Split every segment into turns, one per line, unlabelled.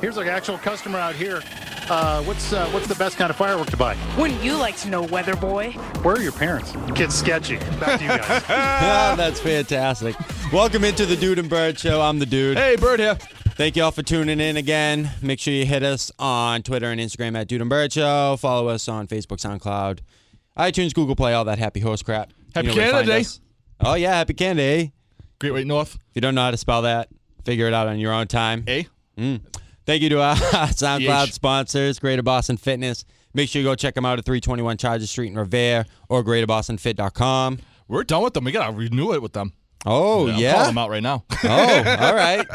Here's an actual customer out here. Uh, what's uh, what's the best kind of firework to buy?
Wouldn't you like to know, weather boy?
Where are your parents? Gets sketchy. Back to you guys.
Ah, that's fantastic. Welcome into the Dude and Bird Show. I'm the dude.
Hey, Bird here.
Thank you all for tuning in again. Make sure you hit us on Twitter and Instagram at Dude and Bird Show. Follow us on Facebook, SoundCloud, iTunes, Google Play, all that happy horse crap.
Happy
where to
Canada
find
Day.
us. Oh, yeah, Happy Canada, eh? If
Great White North.
you don't know how to spell that, figure it out on your own time.
Eh?
Thank you to our SoundCloud
Yeesh.
sponsors, Greater Boston Fitness. Make sure you go check them out at 321 Charger Street in Revere or greaterbostonfit.com.
We're done with them. We gotta renew it with them.
Oh,
I'm
yeah.
calling them out right now.
Oh, all right.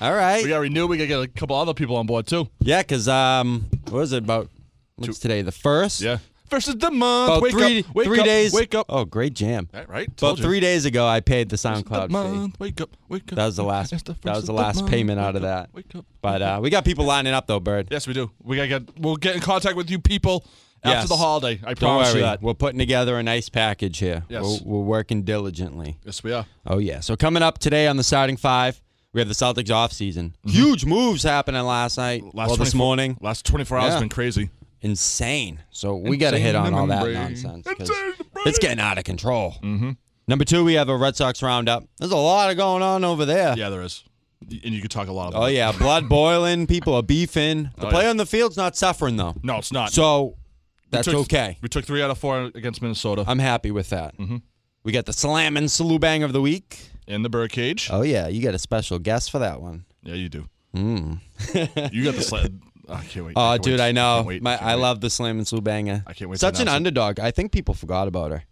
All right.
we gotta renew. We gotta get a couple other people on board too.
Yeah, because um, what was it about? What's today? The first?
Yeah. Versus the month.
About
wake
Oh, three,
up. Wake
three
up,
days.
Wake up.
Oh, great jam.
Right. right?
About
Told you.
three days ago, I paid the
Versus the
SoundCloud fee.
month. Wake up. Wake up.
That was the last.
It's
that
first
was the
of
last
month.
payment
Wake
out of
up,
that.
Wake up.
But uh, we got people lining up though, Bird.
Yes, we do. We gotta get. We'll get in contact with you people after
Yes.
the holiday. I
Don't
promise
worry,
you that.
we're putting together a nice package here.
Yes.
We're, we're working diligently.
Yes, we are.
Oh yeah. So coming up today on the starting five, we have the Celtics off season. Huge moves happening last night. well, this
24
morning.
Mm-hmm. Last 24 hours
Yeah.
has been crazy.
insane. So we got to hit on all that
Insane
nonsense. 'cause
Insane in the brain.
It's getting out of control. Mm-hmm. Number two, we have a Red Sox roundup. There's a lot of going on over there.
Yeah, there is. And you could talk a lot about
Oh
it.
yeah, blood boiling. People are beefing. The
Oh,
play
yeah.
on the field's not suffering though.
No, it's not.
So that's
took-
okay.
We took three out of four against Minnesota
I'm happy with that.
Mm-hmm.
We got the slam and salute bang of the week.
in the birdcage.
Oh yeah, you got a special guest for that one.
yeah, you do. you got the sled. I can't wait.
Hmm. Oh,
can't
dude,
wait.
I know.
Can't wait.
My,
Can't
I
wait.
love the slam and salute banger.
I can't wait to
Such an
announce it.
underdog. I think people forgot about her.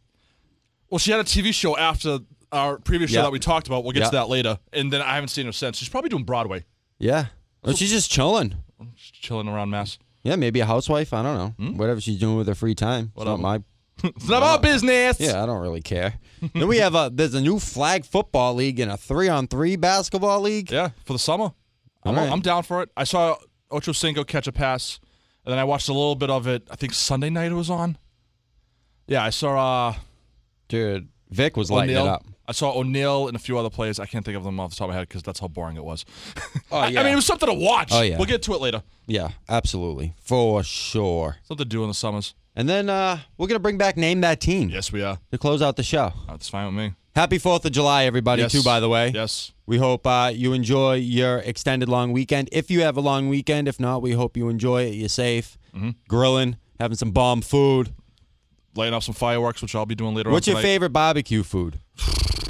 Well, she had a TV show after our previous show
Yeah.
that we talked about. We'll get
Yeah.
to that later. And then I haven't seen her since. She's probably doing Broadway,
Yeah. Oh, she's just chilling.
She's chilling around Mass.
Yeah, maybe a housewife. I don't know. Whatever she's doing with her free time. It's not
Hmm? Whatever.
my.
It's not our business.
Yeah, I don't really care. then we have a there's a new flag football league and a three on three basketball league.
Yeah, for the summer.
All
I'm,
right.
I'm down for it. I saw Ocho Cinco catch a pass, and then I watched a little bit of it. I think Sunday night it was on. Yeah, I saw uh,
Dude, Vic was lighting
O'Neal.
it up.
I saw O'Neal and a few other plays. I can't think of them off the top of my head because that's how boring it was.
Oh,
I-
yeah.
I mean, it was something to watch.
Oh, yeah.
We'll get to it later.
Yeah, absolutely for sure.
Something to do in the summers.
And then uh we're gonna bring back name that team
Yes, we are.
to close out the show.
That's fine with me.
Happy Fourth of July, everybody.
Yes.
Too, by the way.
Yes.
We hope uh, you enjoy your extended long weekend. If you have a long weekend, if not, we hope you enjoy it. You're safe,
Mm-hmm.
grilling, having some bomb food.
Laying off some fireworks, which I'll be doing later
What's
on.
your favorite barbecue food?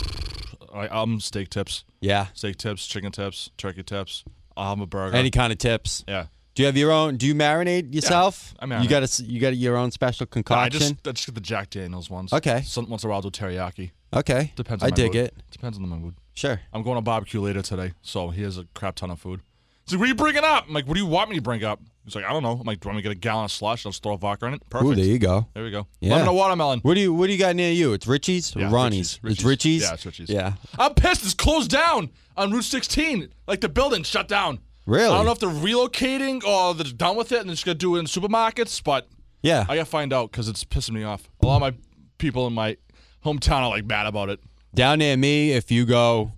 favorite? I, um, steak tips,
Yeah.
steak tips, chicken tips, turkey tips. I'll have a burger.
Any kind of tips?
yeah.
Do you have your own? Do you marinate yourself?
I marinate.
You got a, you got your own special
I
concoction.
just, I just get the Jack Daniels ones.
Okay.
Some once a while I'll do teriyaki.
okay.
Depends. On
I
my
dig
mood.
it.
Depends on the mood.
Sure.
I'm going to barbecue later today, so he has a crap ton of food. He's like, "What are you bringing up?" I'm like, "What do you want me to bring up?" He's like, "I don't know." I'm like, "Do you want me to get a gallon of slush? I'll just throw vodka in it." Perfect.
Ooh, there you go.
There we go.
Yeah.
Lemon and watermelon.
What do you What do you got near you? It's Richie's, or
Yeah,
Ronnie's.
Richie's,
It's Richie's.
Yeah, it's Richie's.
Yeah.
I'm pissed. It's closed down on Route 16. Like the building shut down.
Really?
I don't know if they're relocating or they're done with it and they're just gonna do it in supermarkets, but
Yeah.
I gotta find out because it's pissing me off. A lot of my people in my hometown are like mad about it.
Down near me, if you go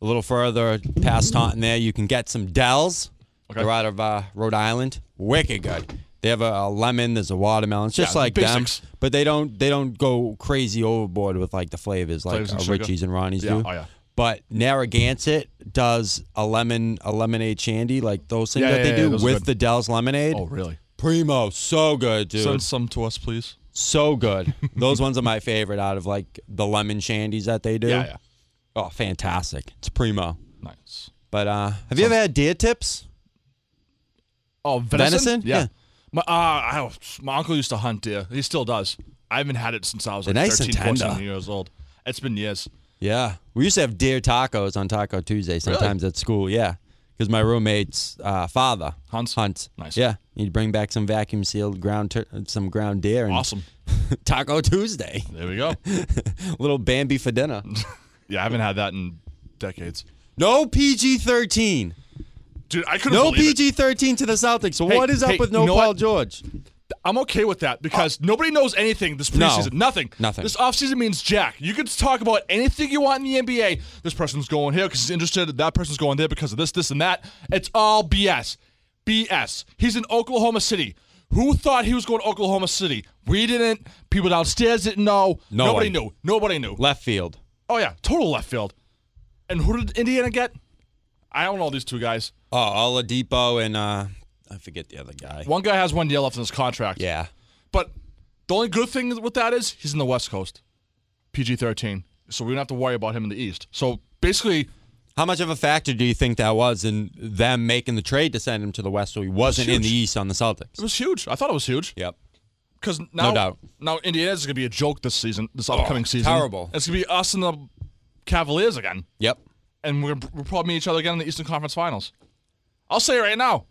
a little further past Taunton, there you can get some Dells.
Okay.
They're out of uh, Rhode Island. Wicked good. They have a, a lemon. There's a watermelon. It's just
Yeah,
like
basics.
them, but they don't they don't go crazy overboard with like the flavors like
Flavors and
uh,
sugar.
Richie's and Ronnie's
Yeah,
do.
oh, yeah.
But Narragansett does a lemon a lemonade shandy like those things
Yeah,
that
yeah,
they
yeah,
do
those are
with
good.
the Dells lemonade.
Oh, really?
Primo, so good, dude.
Send some to us, please.
so good. Those ones are my favorite out of like the lemon shandies that they do.
Yeah, yeah.
Oh, fantastic. It's primo.
Nice.
But uh, have you ever had deer tips?
Oh, venison.
Venison?
Yeah.
Yeah.
My, uh, I, my uncle used to hunt deer. He still does. I haven't had it since I was
They're
like
nice and
13, 14
tender.
years old. It's been years.
Yeah. We used to have deer tacos on Taco Tuesday sometimes at school. Yeah. Because my roommate's uh, father
Hunts?
Hunts.
Nice.
Yeah. He'd bring back some vacuum sealed ground, tur some ground deer and
Awesome.
Taco Tuesday.
There we go.
Little Bambi for dinner.
yeah, I haven't had that in decades.
no PG 13.
Dude, I couldn't
No
believe it.
PG 13 to the Celtics. So
Hey,
what is up
hey,
with
you
no
know
Paul
what?
George?
I'm okay with that because nobody knows anything this
No.
preseason. Nothing.
Nothing.
This offseason means jack. You can talk about anything you want in the NBA. This person's going here because he's interested. That person's going there because of this, this, and that. It's all BS. BS. He's in Oklahoma City. Who thought he was going to Oklahoma City? We didn't. People downstairs didn't know.
No
Nobody
one.
knew. Nobody knew.
Left field.
Oh yeah, total left field. And who did Indiana get? I don't know these two guys.
Oh, Oladipo and uh, I forget the other guy.
One guy has one year left in his contract.
Yeah.
But the only good thing with that is he's in the West Coast, PG thirteen. So we don't have to worry about him in the East. So basically,
How much of a factor do you think that was in them making the trade to send him to the West so he wasn't in the
huge.
East on the Celtics?
it was huge. I thought it was huge
Yep.
because now
doubt. Oh,
now Indiana's gonna be a joke this season, this upcoming season.
terrible.
It's gonna be us and the Cavaliers again,
Yep.
and we're we'll probably meet each other again in the Eastern Conference Finals. I'll say it right now,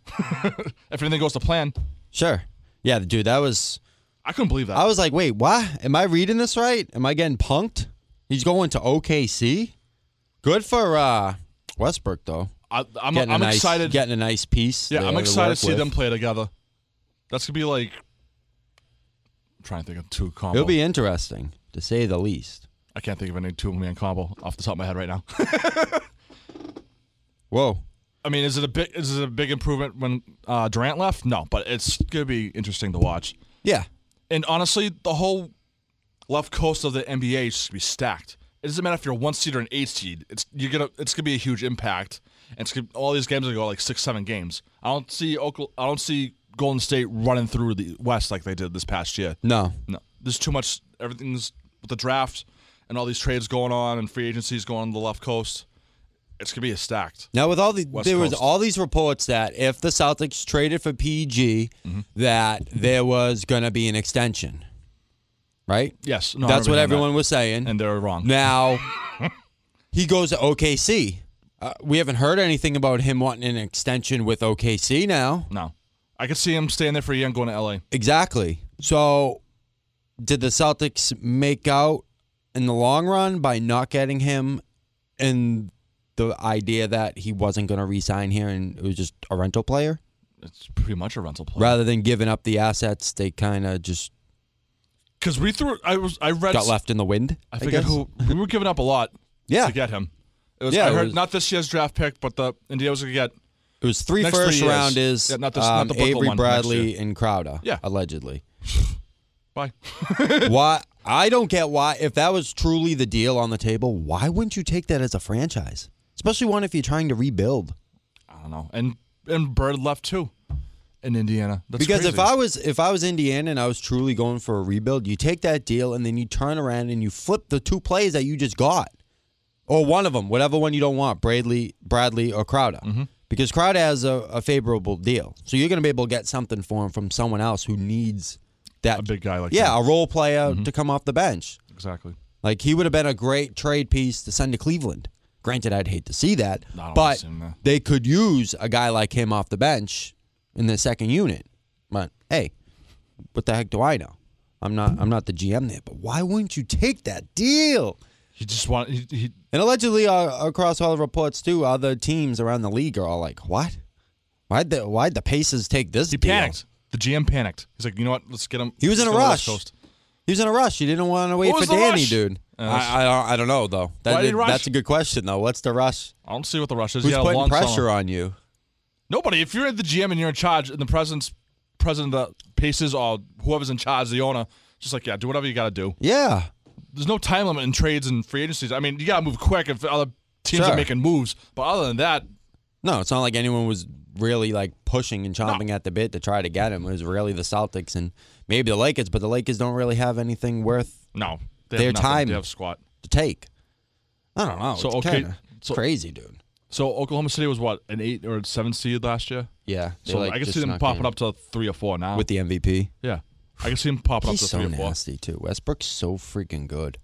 if anything goes to plan,
Sure. Yeah, dude, that was.
I couldn't believe that.
I was like, wait, what? Am I reading this right? Am I getting punked? He's going to OKC. Good for uh, Westbrook though.
I, I'm,
Getting a
I'm
nice,
excited.
Getting a nice piece.
Yeah,
there
I'm excited to
work
see
with.
them play together. That's gonna be like I'm trying to think of two combo.
It'll be interesting to say the least.
I can't think of any two man combo off the top of my head right now.
Whoa.
I mean, is it a big is it a big improvement when uh, Durant left? No, but it's gonna be interesting to watch.
Yeah.
And honestly, the whole left coast of the NBA is just gonna be stacked. It doesn't matter if you're a one seed or an eight seed. It's you're gonna it's gonna be a huge impact. And it's gonna, all these games are gonna go like six seven games. I don't see Oklahoma, I don't see Golden State running through the West like they did this past year.
No.
No, there's too much. Everything's with the draft and all these trades going on and free agencies going on the left coast. It's gonna be a stacked.
Now with all the
West
there was
Coast.
all these reports that if the Celtics traded for PG,
Mm-hmm.
that there was gonna be an extension. Right?
Yes, no, I
That's what
remember
everyone
that.
was saying.
and they're wrong.
Now he goes to OKC. Uh, we haven't heard anything about him wanting an extension with OKC now.
no, I could see him staying there for a year and going to LA.
Exactly. So did the Celtics make out in the long run by not getting him and the idea that he wasn't going to re-sign here and it was just a rental player?
It's pretty much a rental play.
Rather than giving up the assets, they kind of just
Because we threw. I was. I read.
got left in the wind.
I forget
guess.
who. We were giving up a lot
Yeah,
to get him. It was,
Yeah,
I
it
heard
was-
not this year's draft pick, but the Indiana was gonna get.
it was three
Next
first
three years.
round is
Yeah, not this- not
um,
the Booker
Avery
one, next
Bradley and Crowder.
Yeah.
allegedly.
Bye.
why? I don't get why. If that was truly the deal on the table, why wouldn't you take that as a franchise? Especially one if you're trying to rebuild.
I don't know. And and Bird left too, in Indiana. That's
because if
crazy.
I was if I was Indiana and I was truly going for a rebuild, you take that deal and then you turn around and you flip the two plays that you just got, or one of them, whatever one you don't want, Bradley, Bradley, or Crowder,
Mm-hmm.
because Crowder has a, a favorable deal, so you're going to be able to get something for him from someone else who needs that
A big guy like Mm-hmm.
yeah, a role player to come off the bench.
exactly.
Like he would have been a great trade piece to send to Cleveland. Granted, I'd hate to see that,
No, I don't wanna
but
see him there.
they could use a guy like him off the bench in the second unit. But hey, what the heck do I know? I'm not I'm not the GM there, but why wouldn't you take that deal?
He just want. He, he
And allegedly, uh, across all the reports too, other teams around the league are all like, "What? Why'd the Why'd the Pacers take this?"
He
deal?
panicked. The GM panicked. He's like, you know what? Let's get him.
He was in
let's
a
go to the West
rush. He was in a rush. He didn't want to wait
What
for
was the
Danny,
rush?
dude.
Uh,
I, I don't I don't know though. That,
Why did he rush?
That's a good question though. What's the rush?
I don't see what the rush is.
Who's
yeah,
putting
long
pressure
summer.
on you?
Nobody. If you're the GM and you're in charge, and the president's president of the Paces or whoever's in charge, the owner, just like yeah, do whatever you got to do.
Yeah.
There's no time limit in trades and free agencies. I mean, you got to move quick if other teams
Sure.
are making moves. But other than that,
No, it's not like anyone was really like pushing and chomping at the bit to try to get him. It was really the Celtics and maybe the Lakers, but the Lakers don't really have anything worth
no, they
Their
have nothing.
time.
They have squat.
to take. I don't know.
So,
it's
okay,
kinda- it's
so-
crazy, dude.
So Oklahoma City was what an eight or seven seed last year.
Yeah.
So I can see them popping up to three or four now.
with the MVP.
yeah, I can see them popping up
He's
to
so
three or four,
nasty too. Westbrook's so freaking good.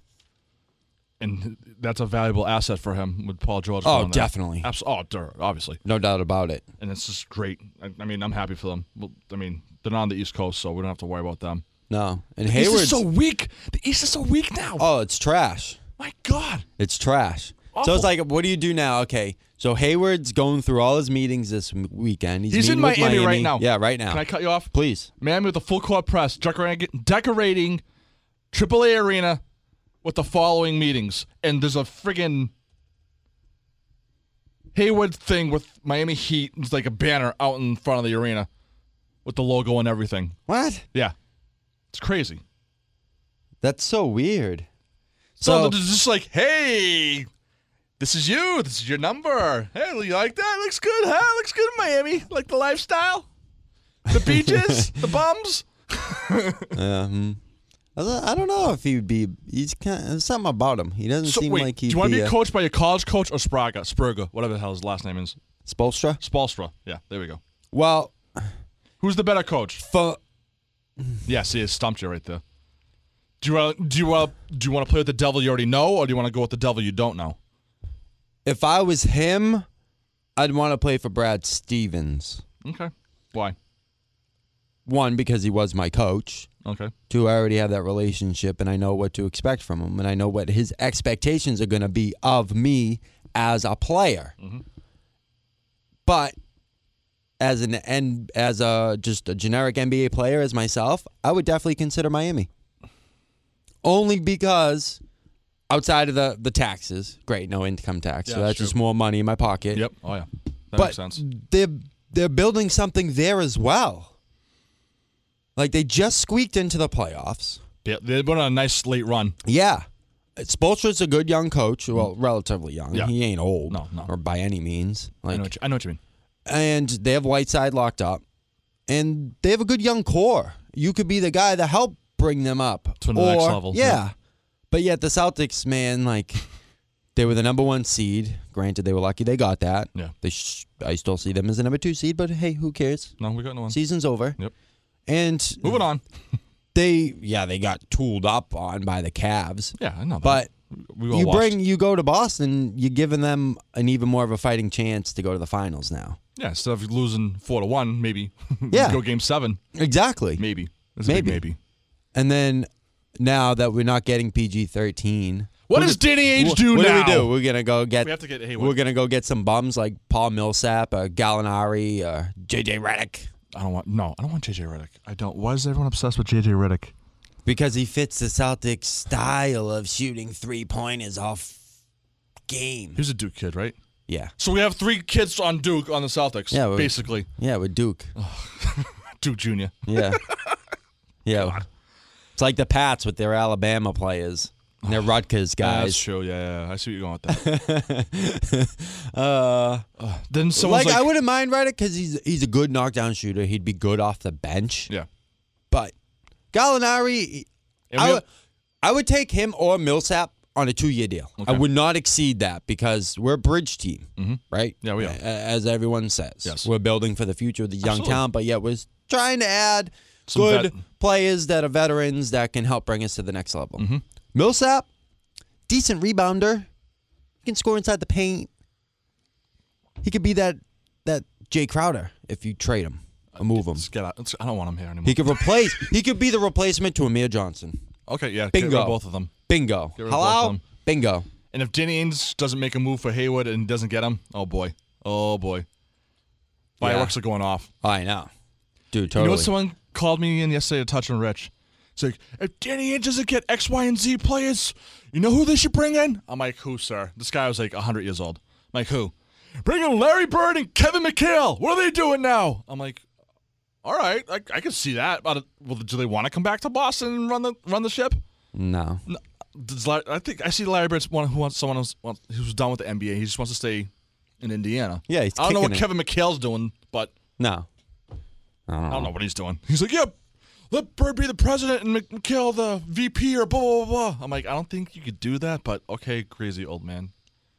and that's a valuable asset for him with Paul George.
Oh,
going there.
definitely.
Abs- oh, duh, obviously.
No doubt about it.
and it's just great. I, I mean, I'm happy for them. Well, I mean, they're not on the East Coast, so we don't have to worry about them.
No. And
East
Hayward's
is so weak. The East is so weak now.
Oh, it's trash.
my God.
It's trash. So
Awful.
it's like, what do you do now? Okay, so Hayward's going through all his meetings this m- weekend. He's,
He's in
meeting with
Miami right now.
Yeah, right now.
Can I cut you off?
Please.
Miami with a full court press, decorating, decorating AAA Arena with the following meetings. And there's a friggin' Hayward thing with Miami Heat. It's like a banner out in front of the arena with the logo and everything.
What?
Yeah, it's crazy.
That's so weird.
So,
So,
it's just like, hey, this is you. This is your number. Hey, you like that? Looks good, huh? Looks good in Miami. Like the lifestyle, the beaches, the bums.
I don't- I don't know if he'd be. He's kind there's something about him. He doesn't
So
seem
wait,
like
do
he'd
you want to be
a-
coached by your college coach or Spraga, Spurga, whatever the hell his last name is,
Spoelstra?
Spolstra? Yeah, there we go.
Well,
Who's the better coach?
for
Yeah, see, it stumped you right there. Do you want? Do you want? Do you want to play with the devil you already know, or do you want to go with the devil you don't know?
if I was him, I'd want to play for Brad Stevens.
Okay. Why?
One because he was my coach.
Okay.
Two, I already have that relationship, and I know what to expect from him, and I know what his expectations are going to be of me as a player.
Mm-hmm.
But as an and as a just a generic NBA player as myself, I would definitely consider Miami. Only because outside of the the taxes, great, no income tax, so
Yeah,
that's
true.
just more money in my pocket.
Yep. Oh yeah. That
but
makes sense.
they're they're building something there as well. Like they just squeaked into the playoffs.
Yeah, they went on a nice late run.
Yeah. Spolstra's a good young coach. Well, relatively young.
Mm. Yeah.
He ain't old.
No, no.
Or by any means.
I know.
Like
What you, I know what you mean.
and they have Whiteside locked up. And they have a good young core. You could be the guy to help bring them up.
To the next
Or-
level,
Yeah.
yeah.
But yet the Celtics, man, like they were the number one seed. Granted, they were lucky they got that.
Yeah.
They sh- I still see them as the number two seed, but hey, who cares?
No, we got no one.
Season's over.
Yep.
And
Moving on.
they, yeah, they got tooled up on by the Cavs.
Yeah, I know. that.
But
we all
you
watched.
bring, you go to Boston, you're giving them an even more of a fighting chance to go to the finals now.
Yeah, instead of losing four to one, maybe.
Yeah.
go game seven,
Exactly.
maybe. That's a big
Maybe.
maybe.
And then now that we're not getting PG thirteen,
What does Danny Age do
what
now?
do we do? We're gonna go get.
We have to get Hayward.
We're gonna go get some bums like Paul Millsap, uh, Gallinari, uh, JJ Redick,
I don't want. No, I don't want JJ Redick. I don't. Why is everyone obsessed with JJ Redick?
because he fits the Celtics style of shooting three pointers off game.
He was a Duke kid, right?
Yeah,
So we have three kids on Duke on the Celtics.
Yeah, we-
basically
yeah, with Duke.
Duke Junior.
Yeah, yeah. It's like the Pats with their Alabama players and their Rutgers
That's
guys.
true. Yeah, yeah, I see what you're going with that.
Uh,
then someone's
like,
like,
I wouldn't mind Redick because he's he's a good knockdown shooter. He'd be good off the bench.
yeah.
But Gallinari,
And we
I
have-
would, I would take him or Millsap on a two-year deal. I would not exceed that because we're a bridge team, right?
Mm-hmm. Yeah, we are.
A- As everyone says,
Yes.
we're building for the future of the young
Absolutely.
talent, but yet we're trying to add
Some
good
vet-
players that are veterans that can help bring us to the next level.
Mm-hmm.
Millsap, decent rebounder, he can score inside the paint. He could be that that Jay Crowder if you trade him or move him.
Let's get out. Let's- I don't want him here anymore.
He could replace. he could be the replacement to Amir Johnson.
okay, yeah. Get rid
Bingo.
of both of them.
Bingo.
rid of both of
Hello.
them.
Bingo.
And if Danny Ainge doesn't make a move for Hayward and doesn't get him, oh boy, oh boy, fireworks are going off.
I know, dude. Totally.
You know what? Someone called me in yesterday to touch on Rich. It's like, if Danny Ainge doesn't get X, Y, and Z players, you know who they should bring in? I'm like, who, sir? This guy was like 100 years old. I'm like, who? Bring in Larry Bird and Kevin McHale. What are they doing now? I'm like, all right, I, I can see that. But uh, well, do they want to come back to Boston and run the run the ship?
no.
No, does Larry, I think I see Larry Bird's one who wants someone else wants, who's done with the NBA. He just wants to stay in Indiana.
Yeah, he's
I don't know what
kicking
Kevin McHale's doing, but
No.
I don't know what he's doing. He's like, yep, let Bird be the president and Mc- McHale the VP or blah blah blah. blah." I'm like, I don't think you could do that, but okay, crazy old man.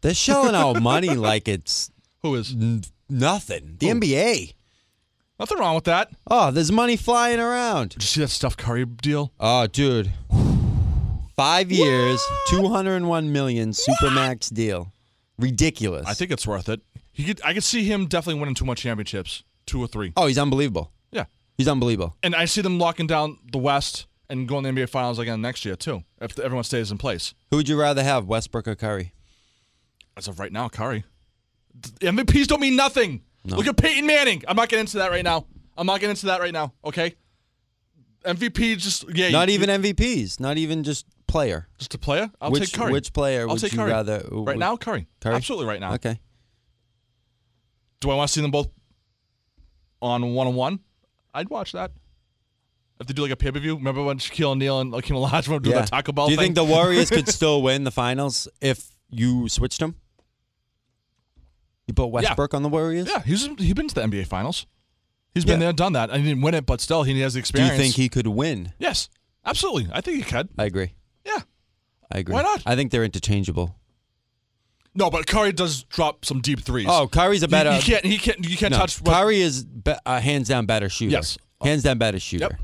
They're shelling out money like it's
Who is
n- nothing. The NBA.
nothing wrong with that? Did
Oh, there's money flying around.
you see that Steph Curry deal?
Oh, dude. Five years, two hundred and one million supermax deal. Ridiculous.
I think it's worth it. He could, I could see him definitely winning two more championships, two or three.
Oh, he's unbelievable.
Yeah,
He's unbelievable.
and I see them locking down the West and going to the NBA Finals again next year too, if everyone stays in place.
Who would you rather have, Westbrook or Curry?
as of right now, Curry. The MVPs don't mean nothing. Look at Peyton Manning. I'm not getting into that right now. I'm not getting into that right now. Okay. MVP just yeah.
Not
you-
even MVPs. Not even just player.
just a player. I'll
Which-
take Curry.
which player
I'll
would
take
you
Curry.
rather-
Right now, Curry.
Curry?
Absolutely, right now.
Okay.
Do I want to see them both on one on one? I'd watch that. If they do like a pay per view, remember when Shaquille O'Neal and Akeem Olajuwon were doing
Yeah.
that Taco Bell
Do you think
thing?
the Warriors could still win the finals if you switched them? You put Westbrook on the Warriors.
yeah, he's he's been to the NBA Finals. He's been
Yeah.
there, done that. I didn't win it, but still, he has the
Do you
experience.
think he could win?
Yes, absolutely. I think he could.
I agree.
Yeah.
I agree.
Why not?
I think they're interchangeable.
No, but Curry does drop some deep threes.
Oh, Curry's a
You-
better.
You, can't. He can't. You can't
no,
touch. what-
Curry is be, a hands down better shooter.
Yes.
Hands down better shooter.
Yep.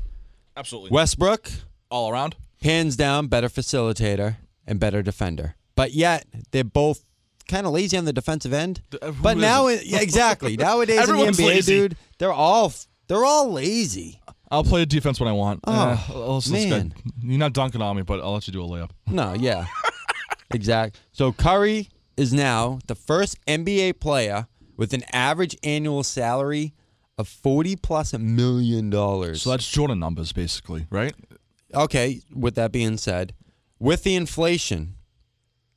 Absolutely.
Westbrook,
All around.
hands down better facilitator and better defender. But yet they're both kind of lazy on the defensive end.
The- uh, who
But now,
isn't?
yeah, exactly. Nowadays in the
Everyone's
NBA,
lazy.
dude, they're all they're all lazy.
I'll play defense when I want.
Oh,
Eh, well, that's- that's
man.
good. You're not dunking on me, but I'll let you do a layup.
No, yeah. exact. So Curry is now the first NBA player with an average annual salary of 40 plus million dollars.
So that's Jordan numbers, basically, right?
okay, with that being said, with the inflation,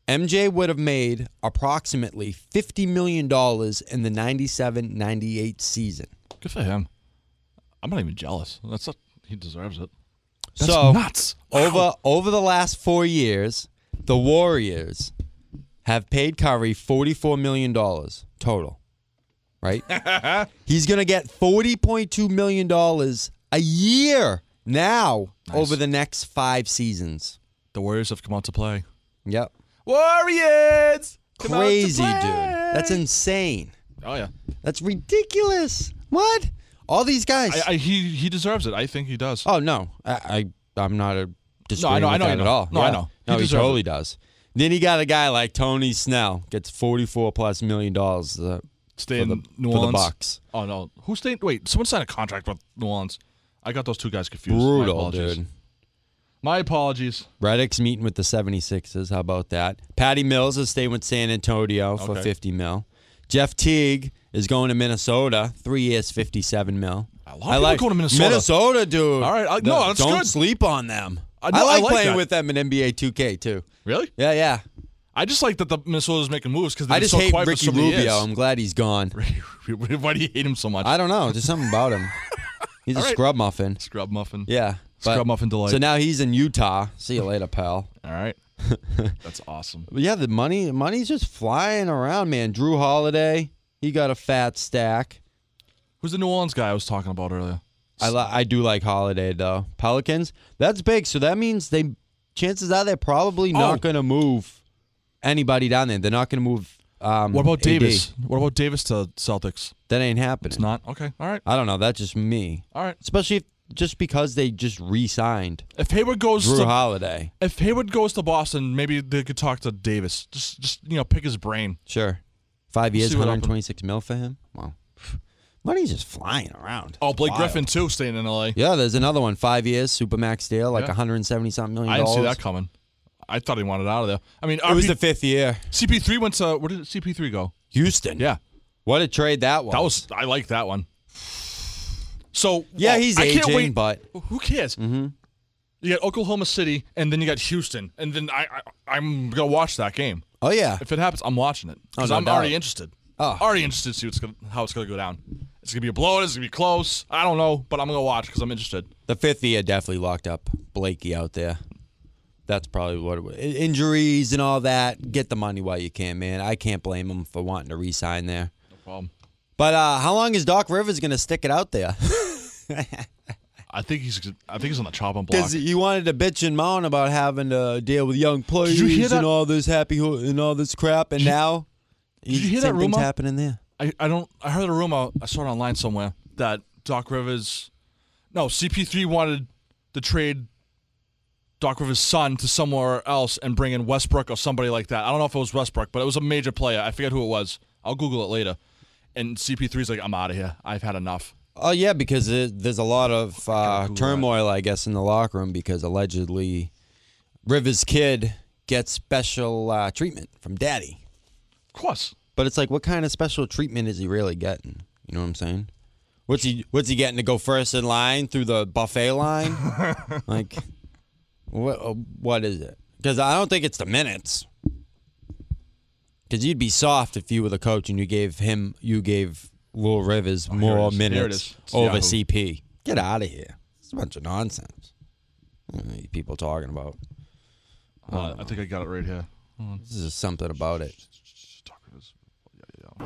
MJ would have made approximately $50 million in the 97 98 season.
Good for him. I'm not even jealous. That's not, he deserves it. That's
so,
nuts. Wow.
over over the last four years, the Warriors have paid Curry forty-four million dollars total. Right? He's gonna get forty point two million dollars a year now over the next five seasons.
The Warriors have come out to play.
Yep.
Warriors. come out to
Crazy dude.
play!
That's insane.
Oh yeah.
That's ridiculous. What? All these guys.
I, I, he he deserves it. I think he does.
Oh no, I, I I'm not a disagreeing
know- I
with
know
that
you
at
don't.
all.
No, I
Yeah.
know. He
No, he,
deserves
totally does. Then you got a guy like Tony Snell gets 44 plus million dollars uh,
Stay
for
in
the
New
for
Orleans.
the Bucks.
Oh no. Who stayed? Wait. Someone signed a contract with New Orleans. I got those two guys confused. My
Brutal,
apologies.
dude.
My apologies.
Reddick's meeting with the 76ers. How about that? Patty Mills is staying with San Antonio for
Okay.
50 mil. Jeff Teague is going to Minnesota, three years, 57 mil.
A lot of people going to Minnesota.
Minnesota, dude.
All right, I- no, that's
don't
good.
sleep on them.
I know, I
like
like
playing
that.
with them in NBA 2K too.
Really?
Yeah, yeah.
I just like that the Minnesota's making moves because
I just
so
hate
quiet
Ricky
for so many
Rubio.
years.
I'm glad he's gone.
Why do you hate him so much?
I don't know. Just something about him. He's a
All right.
scrub muffin.
Scrub muffin.
Yeah. but-
Scrub muffin delight.
So now he's in Utah. See you later, pal.
All right. That's awesome.
But yeah, the money money's just flying around, man. Drew Holiday, he got a fat stack.
Who's the New Orleans guy I was talking about earlier?
I li- I do like Holiday though. Pelicans, that's big. So that means they chances are they're probably not
Oh.
going to move anybody down there. They're not going to move um
What about
AD.
Davis? What about Davis to Celtics?
That ain't happening.
It's not. Okay. All right.
I don't know. That's just me.
All right.
Especially if, just because they just re-signed
If Hayward goes
Drew
to
Holiday.
if Hayward goes to Boston, maybe they could talk to Davis. Just just you know, pick his brain.
Sure. Five years,
see what
126 mil for him. Wow. Money's just flying around.
Oh, Blake
Wild.
Griffin too, staying in LA.
Yeah, there's another one. Five years, Supermax deal, like
Yeah.
170 something million
I didn't
dollars.
see that coming. I thought he wanted out of there. I mean,
It was
RP
the fifth year.
CP3 went to where did CP3 go?
Houston.
Yeah,
What a trade that was.
that was I like that one. So
Yeah,
well,
he's
I
aging,
can't wait.
but
Who cares? Mm-hmm. You got Oklahoma City, and then you got Houston, and then I, I I'm gonna watch that game.
oh yeah,
If it happens, I'm watching it because
no
I'm
doubt.
already interested.
Oh.
Already interested to see what's gonna, how it's gonna go down. It's gonna be a blowout. It's gonna be close. I don't know, but I'm gonna watch because I'm interested.
the fifth year definitely locked up Blakey out there. That's probably what it was. I- Injuries and all that. Get the money while you can, man. I can't blame him for wanting to re-sign there.
No problem.
But uh, how long is Doc Rivers gonna stick it out there?
I think he's I think he's on the chopping block.
Because you wanted to bitch and moan about having to deal with young players
you hear that-
and all this happy ho- and all this crap, and now
you hear that
same things
rumor?
happening there?
I, I don't I heard a rumor I saw it online somewhere that Doc Rivers no CP3 wanted to trade Doc Rivers' son to somewhere else and bring in Westbrook or somebody like that. I don't know if it was Westbrook, but it was a major player. I forget who it was. I'll Google it later. And CP3's like, I'm out of here. I've had enough.
Oh yeah, because it, there's a lot of uh,
Google that.
turmoil, I guess, in the locker room because allegedly Rivers' kid gets special uh, treatment from daddy.
Of course.
But it's like, what kind of special treatment is he really getting? You know what I'm saying? What's he What's he getting to go first in line through the buffet line? like, what uh, What is it? Because I don't think it's the minutes. Because you'd be soft if you were the coach and you gave him you gave Will Rivers
Oh, here it
more
is. Here it
minutes
is. It's
over
Yahoo.
CP. Get out of here. It's a bunch of nonsense. I don't know what you people talking about.
Uh, I think I got it right here.
This is something about it.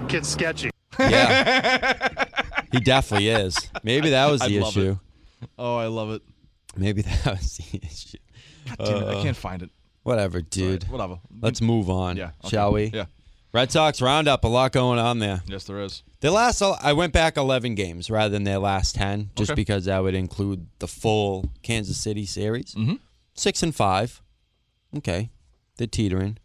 Kid's sketchy.
Yeah. he definitely is. Maybe that was the
I love it.
issue.
Oh, I love it.
Maybe that was the issue.
Damn it, I can't find it.
Whatever, Uh, dude.
Right, whatever.
Let's move on,
Yeah. okay.
shall we?
Yeah.
Red Sox roundup, a lot going on there.
Yes, there is.
Their last, I went back 11 games rather than their last 10, just
Okay.
because that would include the full Kansas City series. Mm-hmm. Six and five. Okay. They're teetering.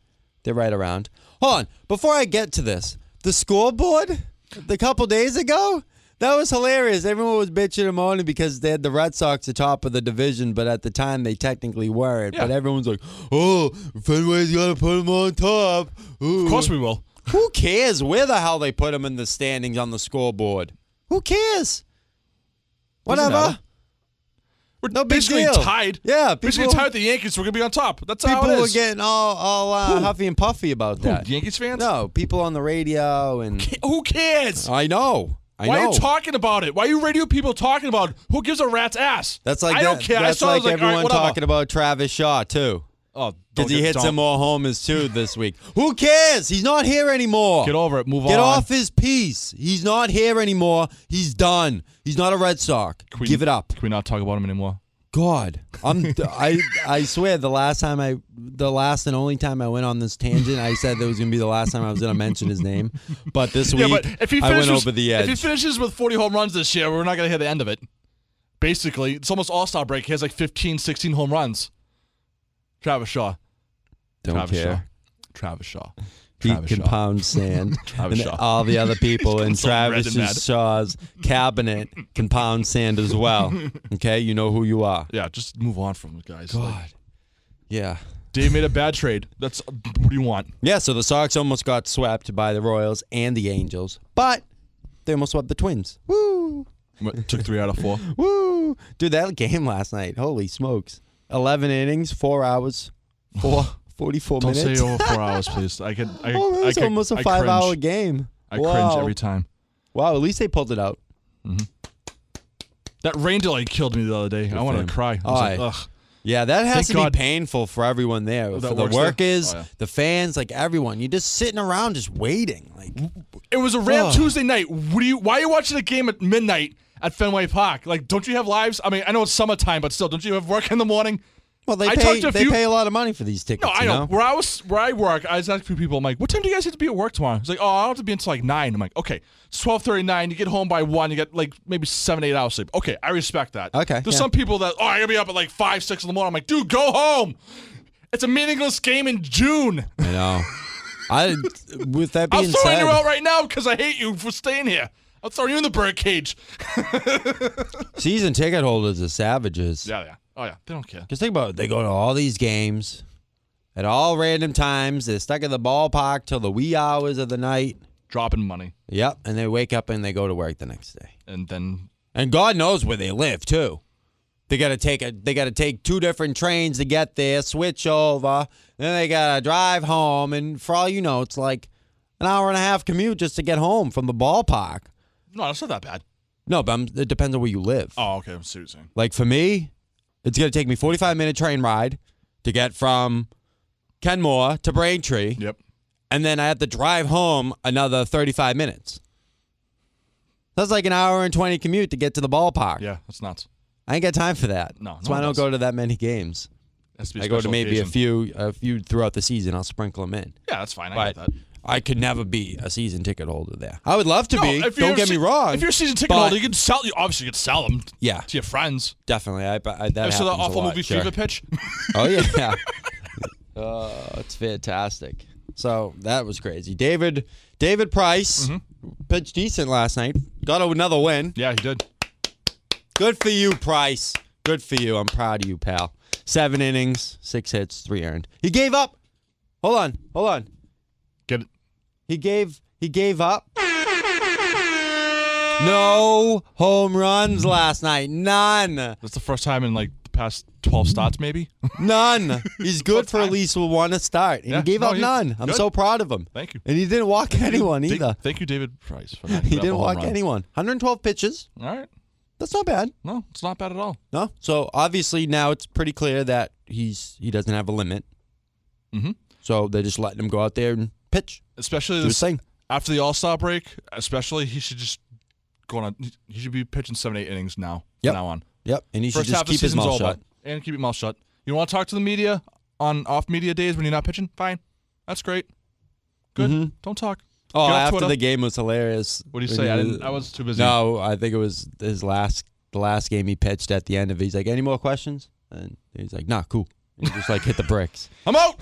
They're right around. Hold on. Before I get to this, the scoreboard the couple days ago, that was hilarious. Everyone was bitching and moaning because they had the Red Sox the top of the division, but at the time they technically weren't. But
Yeah.
everyone's like, oh, Fenway's got to put them on top.
Of course we will.
Who cares where the hell they put him in the standings on the scoreboard? Who cares? Whatever.
matter. We're
No big
basically
deal.
tied.
Yeah,
basically
people-
tied with the Yankees. We're gonna be on top. That's how
People
it
were
is.
getting all all uh,
Who?
huffy and puffy about
Who,
that.
Yankees fans?
No, people on the radio and
Who cares?
I know. I
Why
know.
are you talking about it? Why are you radio people talking about it? Who gives a rat's ass?
that's like
I
that,
don't care.
That's
I saw it, I
like,
was like
everyone
all right, whatever.
talking about Travis Shaw too,
Oh, don't
because he
get-
hit
don't.
some more homers too this week. Who cares? He's not here anymore.
Get over it. Move
Get
on.
off his piece. He's not here anymore. He's done. He's not a Red Sox.
Can we-
Give it up.
Can we not talk about him anymore?
God, I'm I I swear the last time I the last and only time I went on this tangent, I said that was gonna be the last time I was gonna mention his name. But this week I went over the
if he
edge.
finishes with 40 home runs this year, we're not gonna hear the end of it. Basically, it's almost All Star break. He has like 15, 16 home runs. Travis Shaw.
Don't
Travis Shaw.
care.
Travis Shaw.
He
Travis
can
Shaw.
pound sand,
Travis
and
Shaw.
all the other people in
He's getting so red
Travis
and mad.
Shaw's cabinet can pound sand as well. Okay, you know who you are.
Yeah, just move on from it, guys. Like,
God, yeah,
Dave made a bad trade. That's what do you want?
yeah. So the Sox almost got swept by the Royals and the Angels, but they almost swept the Twins. Woo!
Took three out of four.
Woo! Dude, that game last night. Holy smokes. 11 innings, 4 hours, four, 44
Don't
minutes.
say over four hours, please. I could. I,
oh, that
I
was
could-
almost a
I
5 hour
cringe.
game.
I
wow.
cringe every time.
Wow, at least they pulled it out.
That rain delay killed me the other day. I wanted
him.
to cry. I was
Aye.
like, ugh.
Yeah, that has
Thank
to
God.
be painful for everyone there.
that
for the
works there?
workers,
Oh, yeah.
the fans, like everyone. You're just sitting around just waiting. Like
It was a random
Ugh.
Tuesday night. What do you? Why are you watching a game at midnight at Fenway Park? Like, don't you have lives? I mean, I know it's summertime, but still, don't you have work in the morning?
Well, they
I
pay
talked to
they
a few-
pay a lot of money for these tickets.
No, I
you
know.
know.
Where I was, where I work, I was asking a few people. I'm like, "What time do you guys have to be at work tomorrow?" He's like, "Oh, I don't have to be until like 9. I'm like, "Okay, it's twelve thirty nine. You get home by one. You get like maybe seven, eight hours sleep. Okay, I respect that.
Okay,
There's
yeah.
some people that, oh, I gotta be up at like five, six in the morning. I'm like, dude, go home. It's a meaningless game in June.
I know. I with that
I'm
being
throwing
said,
you out right now because I hate you for staying here. I'm throwing you in the bird cage.
season ticket holders are savages.
Yeah, yeah. Oh yeah, they don't care.
Because think about it, they go to all these games at all random times. They're stuck at the ballpark till the wee hours of the night.
Dropping money
Yep, and they wake up and they go to work the next day.
and then
And God knows where they live too. They gotta take a they gotta take two different trains to get there, switch over, then they gotta drive home, and for all you know, it's like an hour and a half commute just to get home from the ballpark.
no, that's not that bad.
No, but I'm, it depends on where you live.
Oh, okay, I'm seriously.
Like for me, it's gonna take me 45 minute train ride to get from Kenmore to Braintree,
Yep.
and then I have to drive home another 35 minutes. That's like an hour and 20 commute to get to the ballpark.
Yeah, that's nuts.
I ain't got time for that.
No,
that's
no
why I
one
don't
does.
go to that many games.
Has to be
I go to
special
maybe
occasion.
a few, a few throughout the season. I'll sprinkle them in.
Yeah, that's fine. I
But
get that.
I could never be a season ticket holder there. I would love to
No,
be.
if
Don't
you're
get
se-
me wrong.
If you're a season ticket
but-
holder, you can sell. You obviously you can sell them.
Yeah.
To your friends.
definitely, I, but I that
After the
happens a
awful
lot,
movie
sure.
Fever Pitch.
Oh yeah. oh, it's fantastic. So that was crazy. David David Price
Mm-hmm.
pitched decent last night. Got another win.
yeah, he did.
Good for you, Price. Good for you. I'm proud of you, pal. Seven innings, six hits, three earned. He gave up. Hold on, hold on.
Get it.
He gave he gave up. No home runs last night. None.
That's the first time in like the past 12 starts, maybe?
None. He's good for at least one to start, and
Yeah,
he gave
no,
up
he-
none. I'm
good.
so proud of him.
Thank you.
And he didn't walk anyone
Thank-
either.
Thank you, David Price. For that.
He didn't walk anyone. 112 pitches.
All right.
That's not bad.
No, it's not bad at all.
No. So obviously now it's pretty clear that he's he doesn't have a limit. Mm-hmm.
Mhm.
So they're just letting him go out there and pitch.
Especially
Do his
this,
thing.
after the All Star break, especially, he should just go on. A, he should be pitching seven, eight innings now.
Yep.
From now on.
Yep. And he
First
should just
half of the
keep his
season's
mouth
over.
shut.
And keep your mouth shut. You want to talk to the media on off media days when you're not pitching? Fine. That's great. Good. Don't talk.
Oh,
Get on
after
Twitter.
the game was hilarious.
What do you
When
say? I
he-
didn't. I was too busy.
No, I think it was his last the last game he pitched at the end of it. He's like, Any more questions? And he's like, nah, cool. And he just like hit the bricks.
I'm out.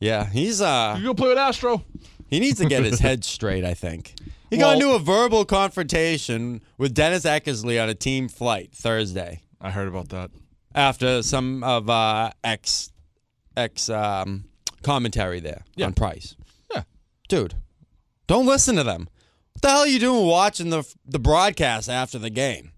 Yeah, he's uh
You go play with Astro.
He needs to get his head straight, I think. He got into a verbal confrontation with Dennis Eckersley on a team flight Thursday
I heard about that.
after some of uh, ex ex um, commentary there
Yeah.
on Price.
Yeah.
Dude, don't listen to them. What the hell are you doing watching the the broadcast after the game?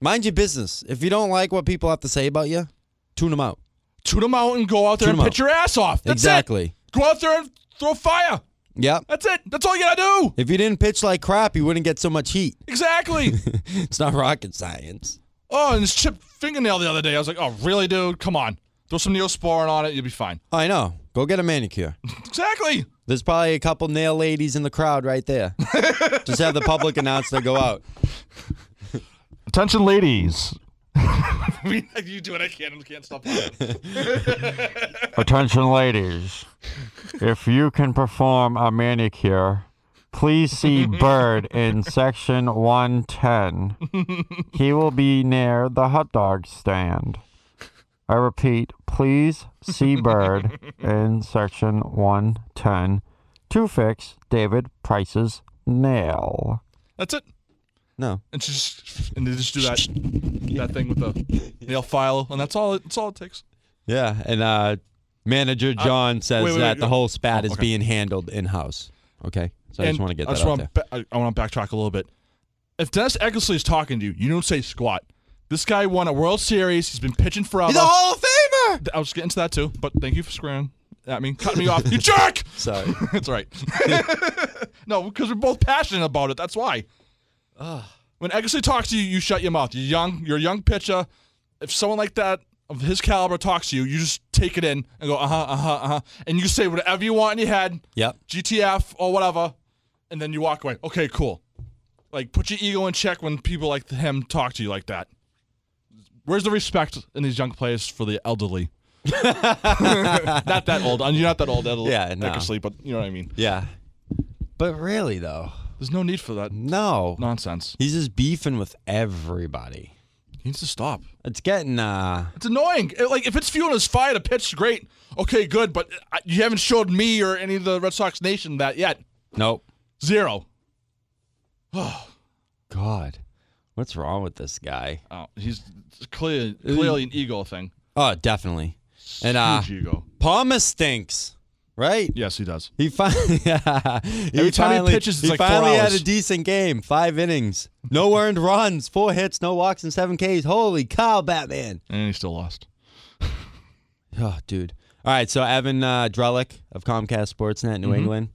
Mind your business. If you don't like what people have to say about you, tune them out.
Tune them out and go out there
Tune 'em
and
out.
pitch your ass off. That's it.
exactly.
Go out there and throw fire.
Yep.
That's it. That's all you gotta do.
If you didn't pitch like crap, you wouldn't get so much heat.
Exactly.
It's not rocket science.
oh, and this chipped fingernail the other day. I was like, oh, really, dude? Come on. Throw some Neosporin on it. You'll be fine.
I know. Go get a manicure.
Exactly.
There's probably a couple nail ladies in the crowd right there. Just have the public announce they go out.
Attention, ladies. I mean, you do it. I can't. I can't stop. laughing.
Attention, ladies. If you can perform a manicure, please see Bird in section 110. He will be near the hot dog stand. I repeat, please see Bird in section 110 to fix David Price's nail.
That's it.
No.
And she just and they just do that that thing with the nail file, and that's all. It, that's all it takes.
Yeah, and uh, manager John says
Uh, wait, wait,
that
wait.
the whole spat is
okay.
being handled in house. Okay, so I
and
just want to get
I
that
just
out there.
wanna ba- I, want to backtrack a little bit. If Dennis Eckersley is talking to you, you don't say squat. This guy won a World Series. He's been pitching forever.
He's a Hall of Famer.
I was getting to that too, but thank you for squaring at me, cutting me off. You jerk!
Sorry.
That's right. no, because we're both passionate about it. That's why. When Eckersley talks to you, you shut your mouth. You're young. You're a young pitcher. If someone like that of his caliber talks to you, you just take it in and go, uh huh, uh huh, uh huh, and you say whatever you want in your head.
Yep.
GTF or whatever, and then you walk away. Okay, cool. Like, put your ego in check when people like him talk to you like that. Where's the respect in these young players for the elderly? not that old. You're not that old. Elderly,
Yeah, no.
Eckersley, but you know what I mean.
Yeah. But really though,
There's no need for that
no.
nonsense.
He's just beefing with everybody.
He needs to stop.
It's getting uh
It's annoying. It- like, if it's fueling his fire to pitch, great. Okay, good. But I, you haven't showed me or any of the Red Sox nation that yet.
nope.
Zero.
God, what's wrong with this guy?
Oh, he's clearly clearly an ego thing.
Oh, definitely. And uh,
Huge ego.
Palmer stinks, right?
Yes, he does.
He finally, yeah, he
Every time he
finally-
pitches, it's
he
like four
finally had
hours.
a decent game. Five innings, no earned runs, four hits, no walks, and seven Ks. Holy cow, Batman!
And he still lost.
Oh, dude. All right, so Evan uh, Drellick of Comcast Sportsnet New England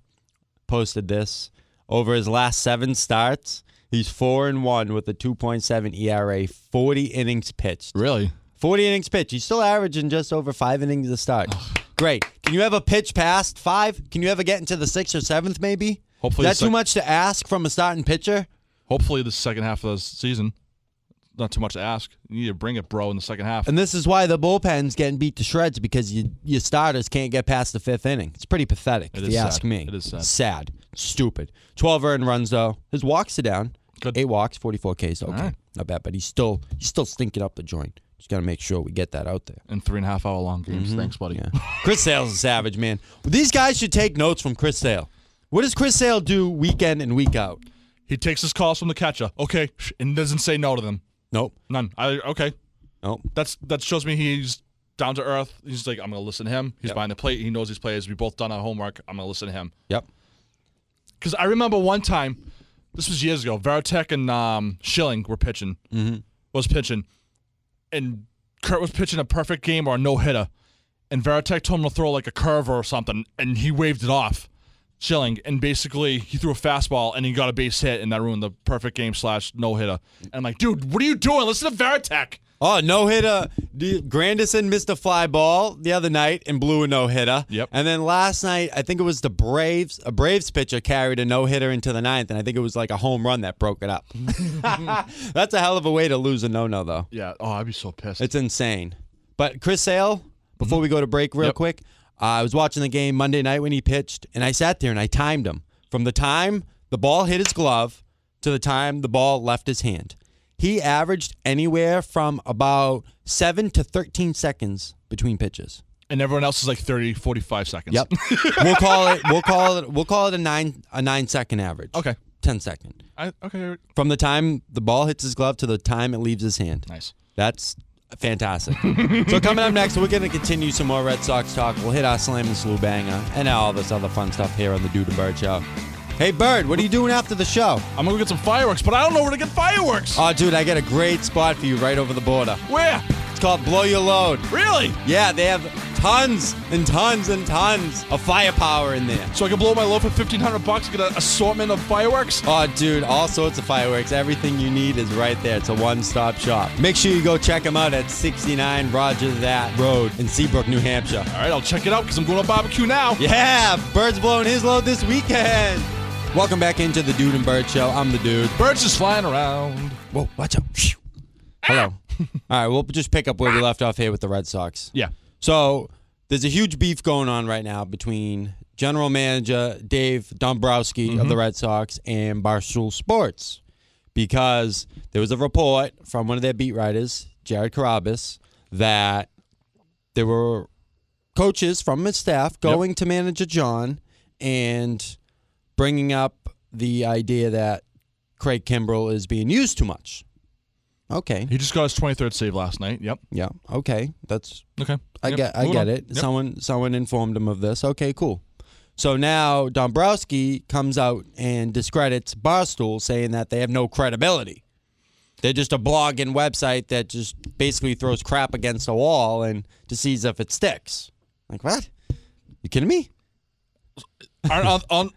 posted this. Over his last seven starts, he's four and one with a 2.7 ERA, 40 innings pitched.
Really?
40 innings pitched. He's still averaging just over five innings to start. Great. Can you ever pitch past five? Can you ever get into the sixth or seventh, maybe?
Hopefully
Is
the
that too
sec-
much to ask from a starting pitcher?
Hopefully, the second half of the season, not too much to ask. You need to bring it, bro, in the second half.
And this is why the bullpen's getting beat to shreds because you, your starters can't get past the fifth inning. It's pretty pathetic, if
is
you
sad.
ask me.
It is sad.
Sad. Stupid. 12 earned runs, though. His walks are down.
Good.
Eight walks, 44 Ks. Okay.
right.
Not bad, but he's still he's still stinking up the joint. Just got to make sure we get that out there.
in three and a half hour long games. Thanks, buddy.
Chris Sale's a savage, man. These guys should take notes from Chris Sale. What does Chris Sale do week in and week out?
He takes his calls from the catcher. Okay, and doesn't say no to them.
Nope.
None. I okay.
Nope.
That's that shows me he's down to earth. He's like, I'm gonna listen to him. He's behind the plate. He knows these players. We both done our homework. I'm gonna listen to him.
Yep.
Because I remember one time, this was years Mm-hmm. ago. Veritek and um, Schilling were pitching, was pitching, and Kurt was pitching a perfect game or a no hitter, and Veritek told him to throw like a curve or something, and he waved it off, chilling. And basically, he threw a fastball and he got a base hit, and that ruined the perfect game slash no hitter. And I'm like, dude, what are you doing? Listen to Veritek.
Oh, no hitter. D- Grandison missed a fly ball the other night and blew a no hitter.
Yep.
And then last night, I think it was the Braves. A Braves pitcher carried a no hitter into the ninth, and I think it was like a home run that broke it up. That's a hell of a way to lose a no no, though.
Yeah. Oh, I'd be so pissed.
It's insane. But Chris Sale, before we go to break, real
Mm-hmm. Yep.
quick, uh, I was watching the game Monday night when he pitched, and I sat there and I timed him from the time the ball hit his glove to the time the ball left his hand. He averaged anywhere from about seven to thirteen seconds between pitches.
and everyone else is like 30, 45 seconds.
Yep, we'll call it. We'll call it. We'll call it a nine a nine second average.
Okay.
10 second
I, okay.
from the time the ball hits his glove to the time it leaves his hand.
Nice.
That's fantastic. so coming up next, we're going to continue some more Red Sox talk. We'll hit our slam and slew banger and all this other fun stuff here on the Dude and Bird Show. Hey, Bird, what are you doing after the show?
I'm gonna go get some fireworks, but I don't know where to get fireworks.
Oh, dude, I got a great spot for you right over the border.
where?
It's called Blow Your Load.
Really?
Yeah, they have tons and tons and tons of firepower in there.
So I can blow my load for 1500 bucks, get an assortment of fireworks?
Oh, dude, all sorts of fireworks. Everything you need is right there. It's a one stop shop. Make sure you go check them out at 69 Roger That Road in Seabrook, New Hampshire.
All right, I'll check it out because I'm going to barbecue now.
Yeah, Bird's blowing his load this weekend. Welcome back into the Dude and Bird Show. I'm the dude.
Birds just flying around.
Whoa, watch out. Phew. Hello. All right, we'll just pick up where we left off here with the Red Sox.
Yeah.
So there's a huge beef going on right now between general manager Dave Dombrowski of the Red Sox and Barstool Sports because there was a report from one of their beat writers, Jared Carabas, that there were coaches from his staff going to manager John and bringing up the idea that Craig Kimbrell is being used too much. Okay.
He just got his 23rd save last night. Yep.
Yeah. Okay. That's
Okay.
I
Yep.
get I
Moving
get
on.
it.
Yep.
Someone someone informed him of this. Okay, cool. So now Dombrowski comes out and discredits Barstool, saying that they have no credibility. They're just a blog and website that just basically throws crap against a wall and just sees if it sticks. Like what? You kidding me?
Aren't on, on-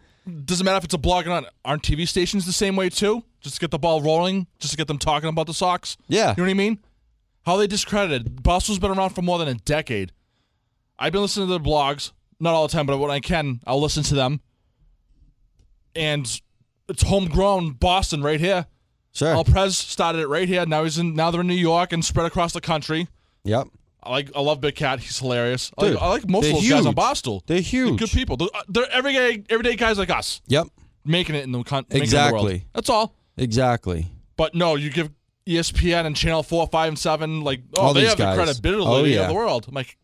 doesn't matter if it's a blog or not. Aren't TV stations the same way too? Just to get the ball rolling, just to get them talking about the Sox?
Yeah.
You know what I mean? How they discredited. Boston's been around for more than a decade. I've been listening to their blogs, not all the time, but when I can, I'll listen to them. And it's homegrown Boston right here.
Sure.
Al Prez started it right here. Now he's in. Now they're in New York and spread across the country.
yep.
I like. I love Big Cat. He's hilarious. I like,
Dude,
I like most of
they're
those guys on
huge.
Boston.
They're
Good
huge.
people. They're, they're everyday everyday guys like us
Yep.
making it in the country. The world.
Exactly.
That's all.
Exactly.
But no, you give E ESPN and Channel Four, Five, and Seven like oh
All
they
these
have
guys.
the credibility
Oh, yeah.
of the world. I'm like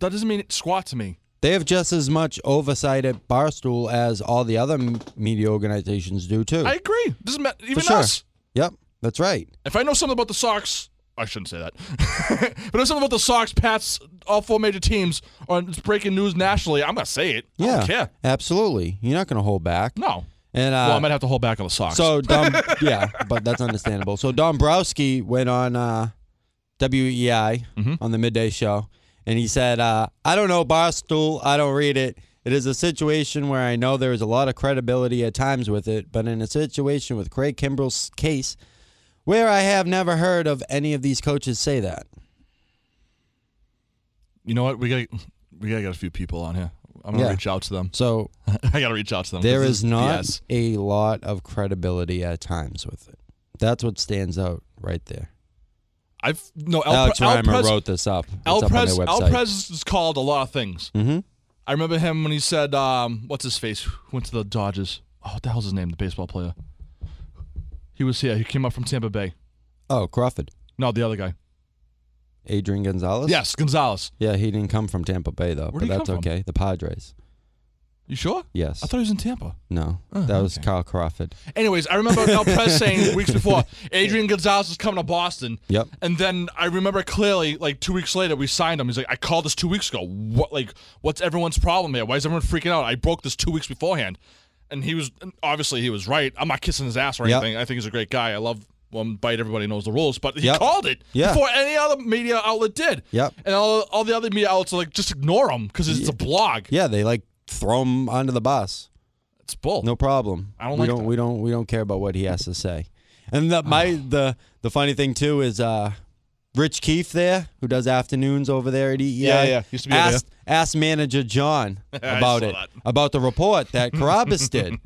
that doesn't mean squat to me.
They have just as much oversight at Barstool as all the other m- media organizations do too.
I agree. Doesn't matter. Even
sure.
us.
yep. That's right.
If I know something about the Sox, I shouldn't say that. if I know something about the Sox, Pats, all four major teams, or it's breaking news nationally, I'm gonna say it. I
Yeah,
don't care.
absolutely. You're not going to hold back.
No.
And uh,
well, I might have to hold back on the Sox.
so Dom, yeah, but that's understandable. So Dombrowski went on uh, WEI
Mm-hmm.
on the midday show, and he said, uh, "I don't know Barstool. I don't read it. It is a situation where I know there is a lot of credibility at times with it, but in a situation with Craig Kimbrell's case, where I have never heard of any of these coaches say that."
you know what? We gotta we gotta get a few people on here. I'm gonna
Yeah.
reach out to them.
So
I gotta reach out to them.
There
'cause this
is not
BS.
a lot of credibility at times with it. That's what stands out right there.
I've no El,
Alex
Pre- El
Reimer
Pres-
wrote this up. It's
El
up on their
Pres, El
website.
Pres Mm-hmm. is called a lot of things.
Mhm.
I remember him when he said, um, "What's his face? Who Went to the Dodgers. Oh, what the hell's his name? The baseball player. He was here. He came up from Tampa Bay.
Oh, Crawford.
No, the other guy.
Adrian Gonzalez?
Yes, Gonzalez.
Yeah, he didn't come from Tampa Bay, though,
Where'd
but
he come
that's
from?
okay. The Padres.
You sure?
Yes.
I thought he was in Tampa.
no,
Oh,
that was
okay.
Kyle Crawford.
Anyways, I remember El Press saying weeks before Adrian Gonzalez was coming to Boston.
Yep.
And then I remember clearly, like two weeks later, we signed him. He's like, I called this two weeks ago. What, like, what's everyone's problem here? Why is everyone freaking out? I broke this two weeks beforehand, and he was and obviously he was right. I'm not kissing his ass or
Yep.
anything. I think he's a great guy. I love one bite, everybody knows the rules, but he
Yep.
called it
Yeah.
before any other media outlet did.
Yep.
And all, all the other media outlets are like, just ignore him because it's a blog.
Yeah, they like throw him under the bus.
It's bull.
No problem.
I don't
we
like
don't
that.
we don't we don't care about what he has to say. And the, my
Ah.
the the funny thing too is uh Rich Keefe there, who does afternoons over there at EEI,
Yeah, yeah. Used to be over
asked, asked manager John about
saw
it,
that.
about the report that Carabas did.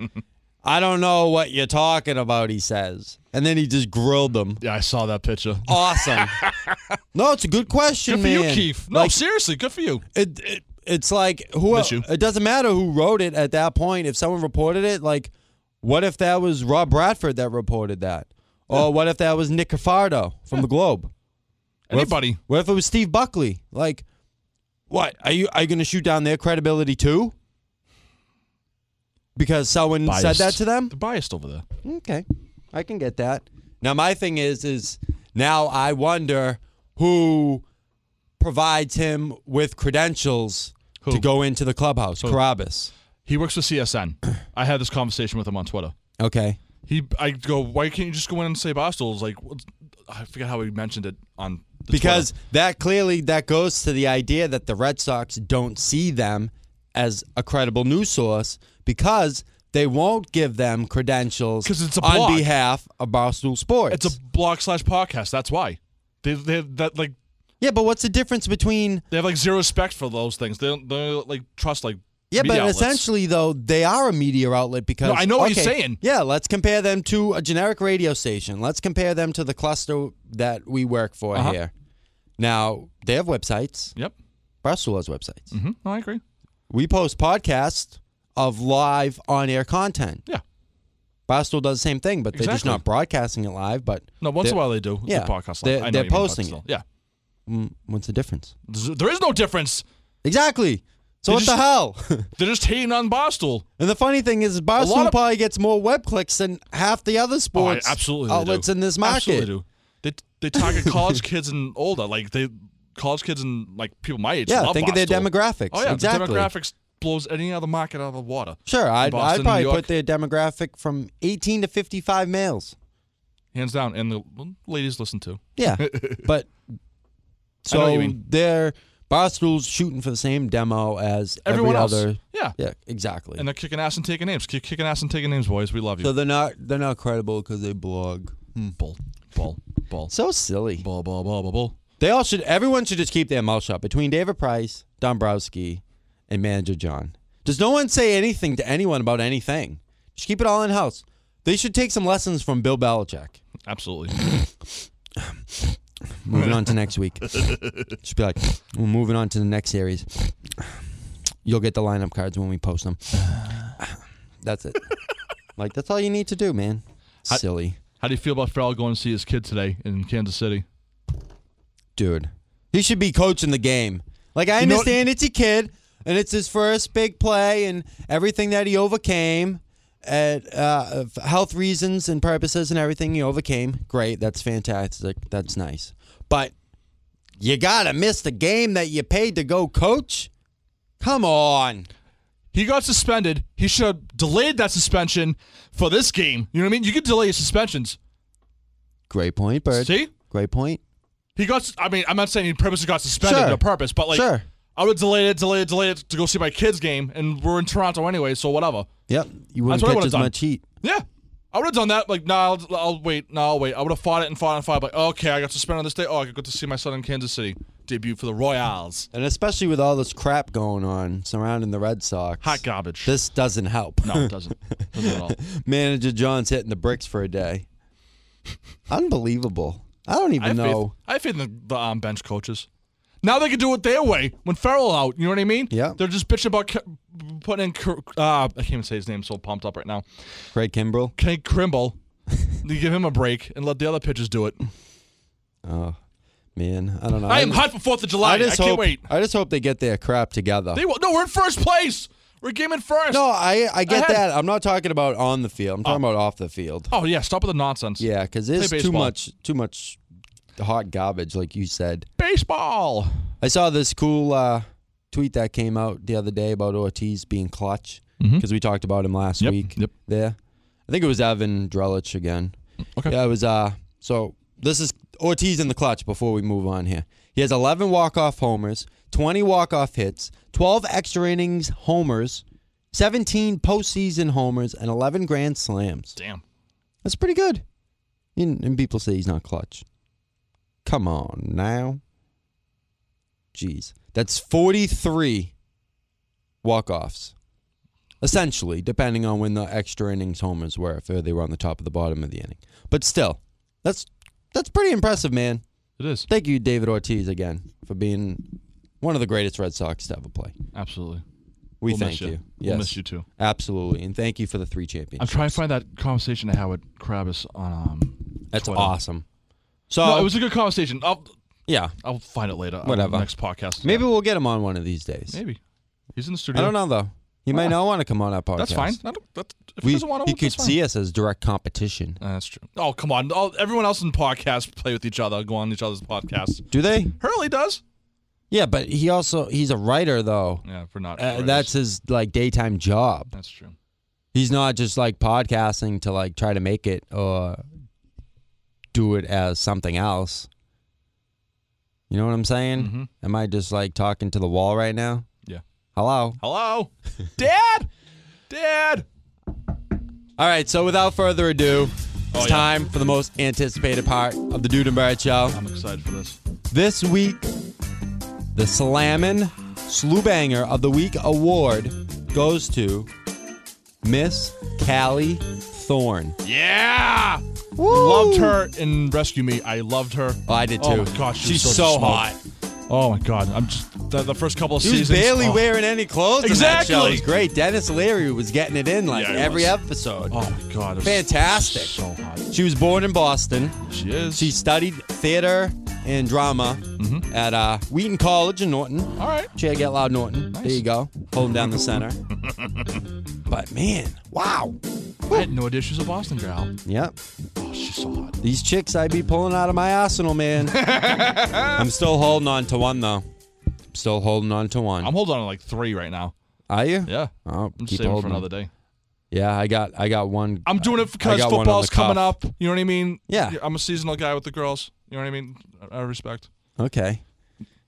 I don't know what you're talking about, he says. And then he just grilled them.
Yeah, I saw that picture.
Awesome. no, it's a good question,
Good for
Oh, man.
you, Keith. No,
Like,
seriously, good for you.
it, it it's like who
Miss you.
it doesn't matter who wrote it at that point if someone reported it like what if that was rob bradford that reported that or what if that was nick cafardo from the globe What if-
Anybody.
what if it was steve buckley like what are you are you gonna shoot down their credibility too because someone said
Biased.
that to them
They're biased over there.
Okay, I can get that. Now my thing is, is now I wonder who provides him with credentials
Who?
to go into the clubhouse. Carabas.
He works for CSN. I had this conversation with him on Twitter.
Okay.
He, I go, why can't you just go in and say Barstool's? Like, what's- I forget how he mentioned it on the
Because that clearly that goes to the idea that the Red Sox don't see them as a credible news source because they won't give them credentials
'Cause it's a blog.
on behalf of Barstool Sports.
Twitter. It's a blog slash podcast. That's why they they have that like
yeah, but what's the difference between
they have like zero respect for those things. They don't, they don't like trust like
Yeah,
media
but
outlets.
essentially, though, they are a media outlet because.
No, I know what you're
okay,
saying.
Yeah, let's compare them to a generic radio station. Let's compare them to the cluster that we work for
Uh-huh.
here. Now, they have websites.
Yep.
Barstool has websites.
hmm No, I agree.
We post podcasts of live on air content.
Yeah.
Barstool does the same thing, but they're just
Exactly.
not broadcasting it live. But
No, once in
They're-
a while they do. It's a
yeah,
podcast.
they're-
I know
they're
you mean, but
posting
still.
it.
Yeah.
mm, what's the difference?
There's- There is no difference.
Exactly. So
They
what the
just-
hell?
They're just hating on Barstool.
And the funny thing is, Barstool
of-
probably gets more web clicks than half the other sports
oh, I- absolutely they
outlets
do.
in this market.
Absolutely do. They they target college kids and older. Like they college kids and like people my age.
Yeah,
love
think of their
Barstool.
demographics.
Oh yeah, the
exactly.
demographics blows any other market out of the water.
Sure, I'd,
Boston,
I'd probably
New York.
put their demographic from 18 to 55 males.
hands down. And the well, ladies listen to.
Yeah, but
know what you
so
mean.
they're Barstool's shooting for the same demo as
Everyone
every
else,
other.
yeah.
Yeah, exactly.
And they're kicking ass and taking names. Keep kicking ass and taking names, boys. We love you.
so they're not they're not credible because they blog. Hmm.
bull, bull, bull,
So silly.
bull, bull, bull, bull, bull.
They all should. Everyone should just keep their mouth shut between David Price, Dombrowski, and manager John. Does no one say anything to anyone about anything? Just keep it all in house. They should take some lessons from Bill Belichick.
Absolutely.
Moving on to next week. Just be like, we're moving on to the next series. You'll get the lineup cards when we post them. That's it. Like that's all you need to do, man. Silly
How do you feel about Farrell going to see his kid today in Kansas City?
dude. He should be coaching the game. Like I
You know-
understand it's a kid and it's his first big play and everything that he overcame at uh, of health reasons and purposes and everything he overcame. Great, that's fantastic. That's nice. But you gotta miss the game that you paid to go coach. Come on.
He got suspended. He should have delayed that suspension for this game. You know what I mean? You could delay your suspensions.
Great point, Bird.
See?
Great point.
He got. sus- I mean, I'm not saying he purposely got suspended
Sure.
on purpose, but like,
Sure.
I would delay it, delay it, delay it to go see my kid's game, and we're in Toronto anyway, so whatever.
Yep. You
That's
wouldn't
what I
catch
would've
as
done.
much heat.
Yeah. I would have done that. Like, nah, I'll, I'll wait. Nah, I'll wait. I would have fought it and fought and fought. Like, okay, I got suspended on this day. Oh, I could go to see my son in Kansas City. Debut for the Royals.
And especially with all this crap going on surrounding the Red Sox.
Hot garbage.
This doesn't help.
no, it doesn't. doesn't at all.
Manager John's hitting the bricks for a day. Unbelievable. I don't
I
even
have faith,
know.
I have faith in the, the um, bench coaches. Now they can do it their way when Farrell out. You know what I mean?
Yeah.
They're just bitching about K- putting in. K- Uh, I can't even say his name. So pumped up right now.
Craig Kimbrell.
Craig Krimble. you give him a break and let the other pitchers do it.
Oh man, I don't know.
I am hot for Fourth of July. I, can't
hope,
wait.
I just hope they get their crap together.
They will. No, we're in first place. We're game in first.
no, I I get
Ahead.
that. I'm not talking about on the field. I'm talking about off the field.
Oh yeah, stop with the nonsense.
Yeah, because there's too
baseball.
much too much hot garbage, like you said.
Baseball.
I saw this cool uh, tweet that came out the other day about Ortiz being clutch because we talked about him last
Mm-hmm. Yep,
week.
yep.
There, I think it was Evan Drellich again.
Okay.
Yeah, it was. Uh, So this is Ortiz in the clutch before we move on here. He has 11 walk-off homers, 20 walk-off hits, 12 extra innings homers, 17 postseason homers, and 11 grand slams.
Damn.
That's pretty good. And, and people say he's not clutch. Come on now. Jeez. That's 43 walk offs, essentially, depending on when the extra innings homers were, if they were on the top of the bottom of the inning. But still, that's that's pretty impressive, man.
It is.
Thank you, David Ortiz, again, for being one of the greatest Red Sox to ever play.
Absolutely.
We
We'll miss
thank
you.
you.
We'll miss you too.
Absolutely. And thank you for the three
I'm
championships.
trying to find that conversation I had with Krabus on. Um,
That's
Twitter.
awesome. Oh. So,
No, it was a good conversation. I'll
yeah.
I'll find it later. on
Whatever.
the next podcast.
Maybe we'll get him on one of these days.
maybe he's in the
I
studio.
don't know though. He might not want to come on our podcast.
That's fine. I don't, that, if
We,
he doesn't want to,
he could
that's fine.
see us as direct competition.
Uh, that's true. Oh come on! All, everyone else in podcasts play with each other, go on each other's podcasts.
Do they?
Hurley does.
Yeah, but he also he's a writer though.
Yeah, if we're not.
Uh,
writers.
that's his like daytime job.
that's true.
He's not just like podcasting to like try to make it or do it as something else. You know what I'm saying?
Mm-hmm.
Am I just like talking to the wall right now?
Yeah.
Hello.
Hello, Dad. Dad.
All right, so without further ado, it's
Oh, yeah.
time for the most anticipated part of the Dudenberg Show.
I'm excited for this.
This week, the Slamming Slewbanger of the Week award goes to Miss Callie Thorne.
Yeah. Loved her in Rescue Me. I loved her.
Oh, I did too.
Oh my gosh, she
she's
was
so
smoke.
hot.
Oh my god, I'm just the, the first couple of
She was
seasons.
barely
oh.
wearing any clothes.
Exactly.
In that show. It was great. Dennis Leary was getting it in like
Yeah, he
every
was.
episode.
Oh my god, it was
Fantastic.
So hot.
She was born in Boston.
She is.
She studied theater and drama
Mm-hmm.
at uh, Wheaton College in Norton.
all right.
Chad Get Loud Norton. There
Nice.
you go. Holding down the center. but man, wow.
I had no idea she was a Boston girl.
Yep.
Oh, she's so hot.
These chicks I be pulling out of my arsenal, man. I'm still holding on to one though. I'm still holding on to one.
I'm holding on to like three right now.
Are you?
Yeah.
Oh,
I'm
keep
saving for
holding.
another day.
Yeah, I got I got one.
I'm doing it because
got one on the
football's coming
cuff.
up. You know what I mean?
Yeah.
I'm a seasonal guy with the girls. You know what I mean? I I respect.
Okay.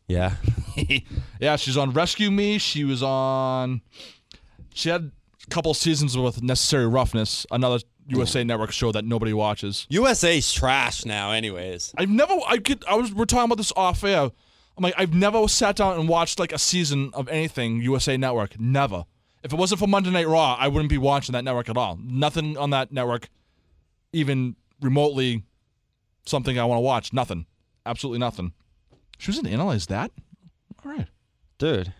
Yeah.
Yeah, she's on Rescue Me. She was on. She had a couple seasons with Necessary Roughness, another USA Network show that nobody watches.
USA's trash now, anyways.
I've never. I could. I was. We're talking about this off air. I'm like, I've never sat down and watched like a season of anything USA Network. Never. If it wasn't for Monday Night Raw, I wouldn't be watching that network at all. Nothing on that network, even remotely, something I want to watch. Nothing. Absolutely nothing. She was in Analyze That. All right.
Dude.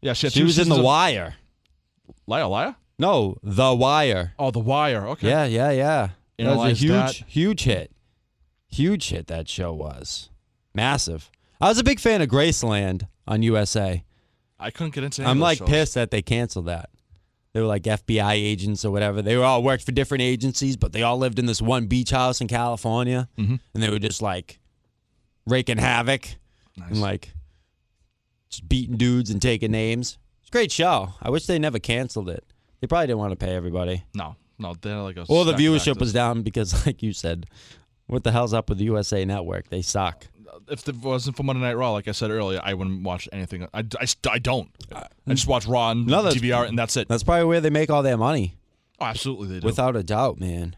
Yeah, she, had
She
two
was in
seasons
The
of-
Wire.
Liar, liar.
No, The Wire.
Oh, The Wire. Okay.
Yeah, yeah, yeah. That was a
Analyze
huge,
that.
huge hit. Huge hit that show was. Massive. I was a big fan of Graceland on USA.
I couldn't get into. any
I'm
of those
like
shows.
pissed that they canceled that. They were like FBI agents or whatever. They were all worked for different agencies, but they all lived in this one beach house in California, and they were just like raking havoc and like just beating dudes and taking names. It's a great show. I wish they never canceled it. They probably didn't want to pay everybody.
No, no, they're like a.
Well, the
stack of
viewership
actors.
was down because, like you said, what the hell's up with the USA Network? They suck.
if it wasn't for Monday Night Raw, like I said earlier, I wouldn't watch anything. I, I, st- I don't. I just watch Raw and
no, that's-
DVR, and that's it.
That's probably where they make all their money,
oh, absolutely, they do.
without a doubt, man.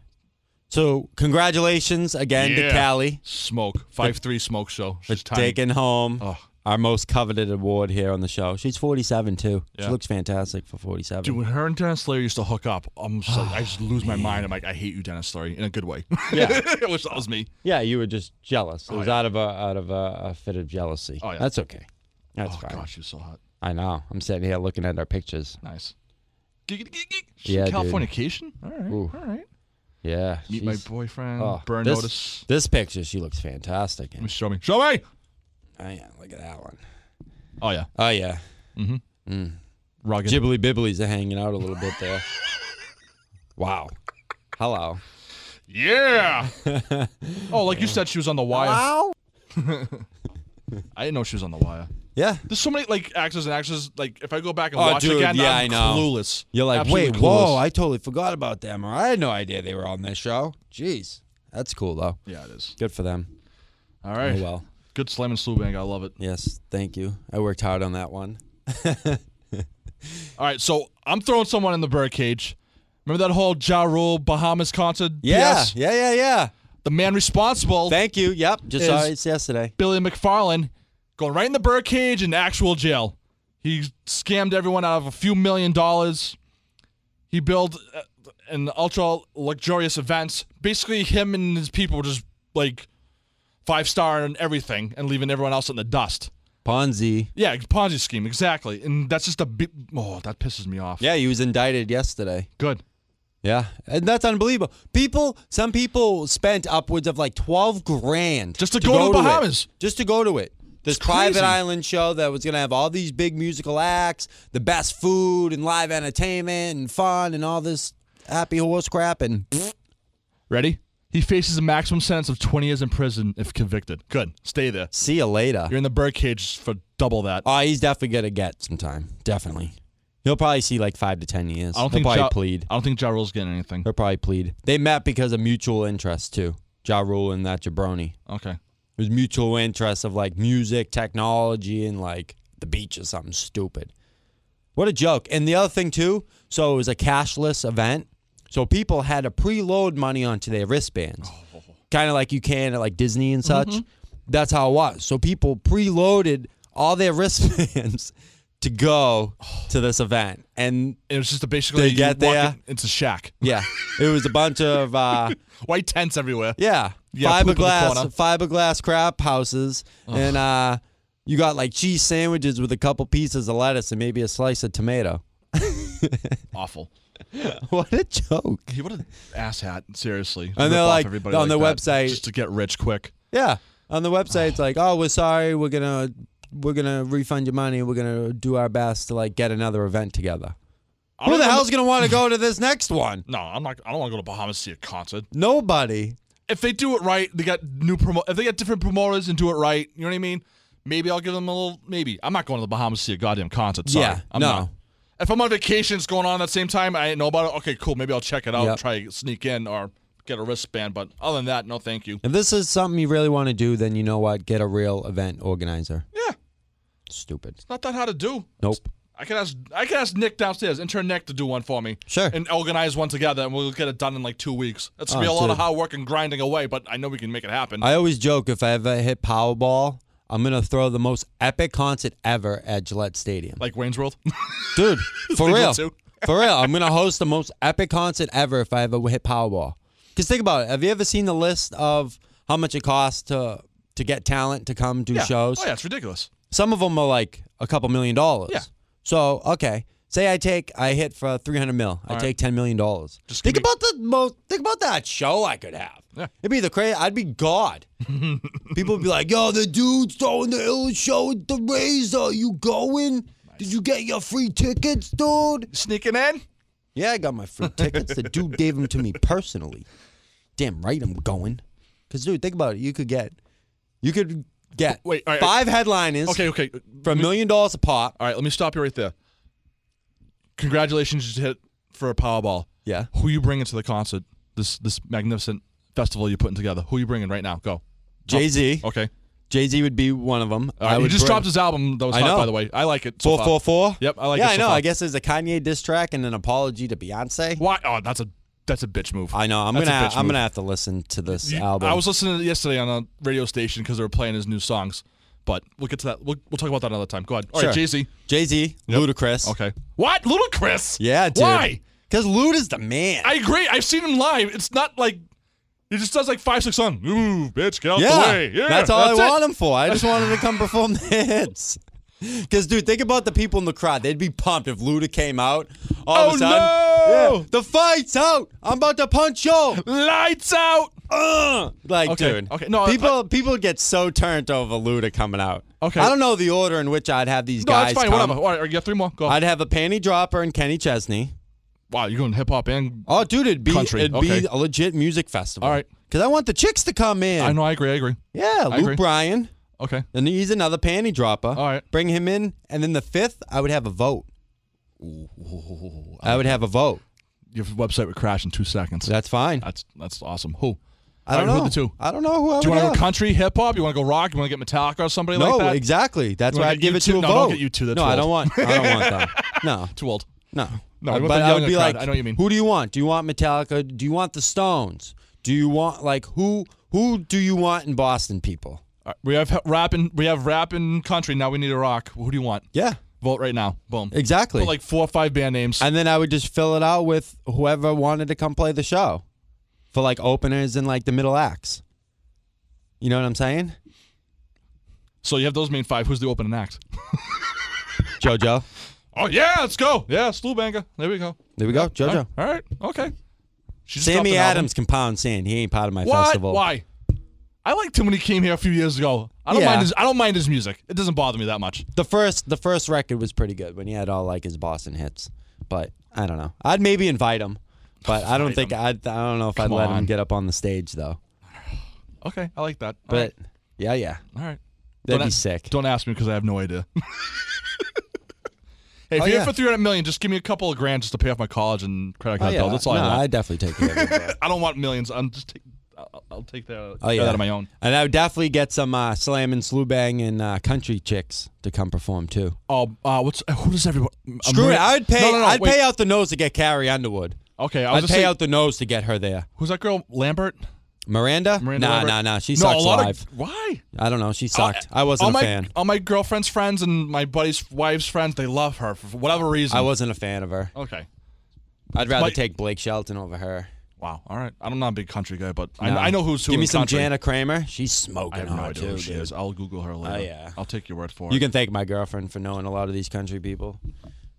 So, congratulations again to
Yeah.
Callie
smoke five three smoke show.
for
She's tiny.
taking home
Ugh.
our most coveted award here on the show. She's 47 too. She
Yeah.
looks fantastic for 47.
Dude, when her and Dennis Leary used to hook up, I'm just like, I just lose my mind. I'm like, I hate you, Dennis Leary, in a good way.
Yeah.
I wish that was me.
Yeah, you were just jealous. It was out of a out of a, a fit of jealousy.
Oh, yeah.
That's okay. That's
oh
fine.
gosh, she was so hot.
I know. I'm sitting here looking at our pictures.
Nice. Giggity, giggity.
Yeah, dude.
Californication. All right,
Ooh.
all right.
Yeah.
Meet my
she's-
boyfriend.
oh,
burn
this,
notice.
This picture, she looks fantastic. in.
Show me. Show me.
Oh yeah, look at that one.
Oh yeah.
Oh yeah,
Rugged.
Ghibli Bibblies are hanging out a little bit there. wow. Hello.
Yeah. oh, like you said, she was on the wire. I didn't know she was on the wire.
Yeah.
There's so many like actors and actresses. Like if I go back and
Oh,
watch
dude,
again,
yeah,
I'm
I know.
clueless.
You're like,
Absolutely
wait,
clueless.
whoa! I totally forgot about them, or I had no idea they were on this show. Jeez, That's cool though.
Yeah, it is.
Good for them.
All right.
Oh well.
Good slam and slew bang. I love it.
Yes, thank you. I worked hard on that one.
All right, so I'm throwing someone in the bird cage. Remember that whole Ja Rule Bahamas concert?
Yeah,
PS?
yeah, yeah, yeah.
The man responsible,
Thank you. Yep, just
Is-
saw it yesterday.
Billy McFarlane, going right in the bird cage in actual jail. He scammed everyone out of a few million dollars. He built uh, an ultra luxurious events. Basically, him and his people were just like five star and everything, and leaving everyone else in the dust.
Ponzi.
Yeah, Ponzi scheme exactly, and that's just a big. Oh, that pisses me off.
Yeah, he was indicted yesterday.
good.
Yeah, and that's unbelievable. People, some people spent upwards of like twelve grand
Just to go to the
it.
Bahamas.
just to go to it. This
It's
private
crazy.
island show that was gonna have all these big musical acts, the best food and live entertainment and fun and all this happy horse crap and
Ready? He faces a maximum sentence of 20 years in prison if convicted. Good. Stay there.
see you later.
You're in the birdcage for double that.
oh, he's definitely gonna get some time. Definitely, he'll probably see like five to ten years.
I
he'll
don't think
probably
Ja-
plead.
I don't think Ja Rule's getting anything.
He'll probably plead. They met because of mutual interest too. Ja Rule and that jabroni.
Okay.
There's mutual interest of like music, technology, and like the beach or something stupid. What a joke. And the other thing too, so it was a cashless event. So people had to preload money onto their wristbands. Kind of like you can at like Disney and such. That's how it was. So people preloaded all their wristbands to go to this event. And
It was just a basically
They
you
get
walk
there.
in- It's a shack.
yeah, it was a bunch of uh
White tents everywhere.
Yeah.
Yeah, poop in the
fiberglass
corner.
fiberglass crab houses. And uh you got like cheese sandwiches with a couple pieces of lettuce and maybe a slice of tomato.
Awful.
What a joke.
He what an asshat. Seriously.
And they're
Rip off
like,
everybody
on
like
their
that
website-
just to get rich quick.
Yeah. On the website it's like, "Oh, we're sorry. We're going to we're going to refund your money. We're going to do our best to like get another event together."
I
Who
don't
the
even-
hell's going to want to go to this next one?
No, I'm not. I don't want to go to Bahamas to see a concert.
Nobody.
If they do it right, they got new promo. If they got different promoters and do it right, you know what I mean. Maybe I'll give them a little. Maybe I'm not going to the Bahamas to see a goddamn concert. Sorry.
Yeah,
I'm
no.
Not. If I'm on vacation, it's going on at the same time. I ain't know about it. Okay, cool. Maybe I'll check it out.
Yep.
and Try to sneak in or get a wristband. But other than that, no, thank you.
If this is something you really want to do, then you know what? Get a real event organizer.
Yeah,
Stupid.
not that hard to do.
Nope.
I can ask. I can ask Nick downstairs, intern Nick, to do one for me.
Sure.
And organize one together, and we'll get it done in like two weeks. That's gonna be
Oh,
a lot of
dude.
hard work and grinding away, but I know we can make it happen.
I always joke if I ever hit Powerball, I'm gonna throw the most epic concert ever at Gillette Stadium,
like Wayne's World.
dude. For
Think
real,
so too.
for real. I'm gonna host the most epic concert ever if I ever hit Powerball. Cause think about it. Have you ever seen the list of how much it costs to to get talent to come do
yeah.
shows?
Oh yeah, it's ridiculous.
Some of them are like a couple million dollars.
Yeah.
So okay, say I take I hit for 300 mil. I
right.
take 10 million dollars.
Just
Think
give me-
about the most. Think about that show I could have.
Yeah.
It'd be the crazy. I'd be God. People would be like, "Yo, the dude's throwing the ill show with the razor. You going? Did you get your free tickets, dude?
Sneaking in.
Yeah, I got my free tickets. The dude gave them to me personally. Damn right, I'm going. Cause dude, think about it. You could get, you could get
Wait, all right.
five headliners
Okay, okay.
for a million dollars a pop.
All right, let me stop you right there. Congratulations, you just hit for a Powerball.
Yeah.
Who you bringing to the concert? This this magnificent festival you're putting together. Who you bringing right now? Go.
Jay Z.
Okay.
Jay Z would be one of them.
All right.
I
He
would
just
bring-
dropped his album that was
I
hot,
know.
by the way. I like it. So
four
far.
four four.
Yep, I like
Yeah,
it
I
so
know.
far.
I guess there's a Kanye diss track and an apology to Beyonce.
Why? Oh, that's a that's a bitch move.
I know. I'm
That's a
gonna.
bitch
I'm
move.
gonna have to listen to this
You-
album.
I was listening to it yesterday on a radio station because they were playing his new songs. But we'll get to that. We'll, we'll talk about that another time. Go ahead. All right,
Sure.
Jay Z.
Jay Z. Ludacris.
Okay. What? Little Chris?
Yeah, dude.
Why?
Because Luda's the man.
I agree. I've seen him live. It's not like he just does like five, six songs. Ooh, bitch, get out
yeah.
the way. Yeah,
That's all I
it.
want him for. I just wanted to come perform the hits. Because, dude, think about the people in the crowd. They'd be pumped if Luda came out all of
Oh,
a sudden.
no!
Yeah, the fight's out. I'm about to punch you.
Lights out.
Ugh. Like,
Okay,
dude.
okay, no, I-
people people get so turned over Luda coming out.
Okay.
I don't know the order in which I'd have these
No,
guys.
that's fine.
come.
Whatever. All right, you got three more. Go.
I'd have a panty dropper and Kenny Chesney.
wow, you're going hip hop and.
Oh, dude, it'd be
Country,
it'd
okay.
be a legit music festival.
All right.
Because I want the chicks to come in.
I know. I agree. I agree.
Yeah, Luke
agree.
Bryan.
Okay.
And he's another panty dropper.
All right.
Bring him in. And then the fifth, I would have a vote. I would have a vote.
Your website would crash in two seconds.
That's fine. Oh,
That's that's awesome. Who?
I don't
All right,
know.
who the two?
I don't know. Whoever
Do you want to
does.
go country, hip hop? You want to go rock? You want to get Metallica or somebody
No,
like that?
exactly. That's
You
why
wanna
I
get
give it
U2?
to a
No,
vote.
don't get U2, that's
no, I
old.
don't want. I don't want them. No,
Too old.
no,
No,
Uh,
I want
but
the
I would
younger
be
crowd.
like,
I know what you mean.
Who do you want? Do you want Metallica? Do you want the Stones? Do you want like who? Who do you want in Boston, people?
All right, we have h- rap and we have rap and country. Now we need a rock. Who do you want?
Yeah,
Vote right now. Boom.
exactly.
Put like four or five band names.
and then I would just fill it out with whoever wanted to come play the show for like openers and like the middle acts. You know what I'm saying,
so you have those main five. Who's the opening act?
JoJo?
Oh yeah, let's go. Yeah, Slewbanger. There we go.
There we go,
All
JoJo.
right. All right. Okay. She just dropped
Sammy
an album.
Adams can pound sand. He ain't part of my
What?
festival.
Why? I liked him when he came here a few years ago. I don't
Yeah.
mind his. I don't mind his music. It doesn't bother me that much.
The first the first record was pretty good when he had all like his Boston hits, but I don't know. I'd maybe invite him, but I don't think I'd, I don't know if
Come
I'd let
on.
him get up on the stage though.
Okay, I like that. All
But yeah, yeah,
right, all right.
that'd be
Don't a-
sick.
Don't ask me because I have no idea. hey, if
Oh,
you're
yeah.
in for three hundred million, just give me a couple of grand just to pay off my college and credit
Oh,
card
yeah.
bill. That's all
no,
I want.
would definitely take it. over, bro.
I don't want millions. I'm just. Take, I'll, I'll take that.
Oh yeah,
that on my own.
And I would definitely get some uh, slam and slew bang and uh, country chicks to come perform too.
Oh, uh, what's who does everyone? uh,
Screw
Maria-
it, I would pay.
No, no, no,
I'd
wait.
pay out the nose to get Carrie Underwood.
Okay, I
I'd
was
pay
just saying,
out the nose to get her there.
who's that girl? Lambert.
Miranda?
Miranda
nah,
Lambert?
nah, nah. She
no,
sucks
a lot
live.
Of, why?
I don't know. She sucked. I,
all
wasn't a
my,
fan.
All my girlfriend's friends and my buddy's wives' friends, they love her for whatever reason.
I wasn't a fan of her.
okay.
I'd rather
My-
take Blake Shelton over her.
Wow. All right. I'm not a big country guy, but
No.
I, I know who's who.
Give me
in
some
country.
Jana Kramer. She's
I
smoking
have no
hard
idea
too,
who she
dude. Oh,
is. I'll Google her later.
yeah.
I'll take your word for it.
You can thank my girlfriend for knowing a lot of these country people.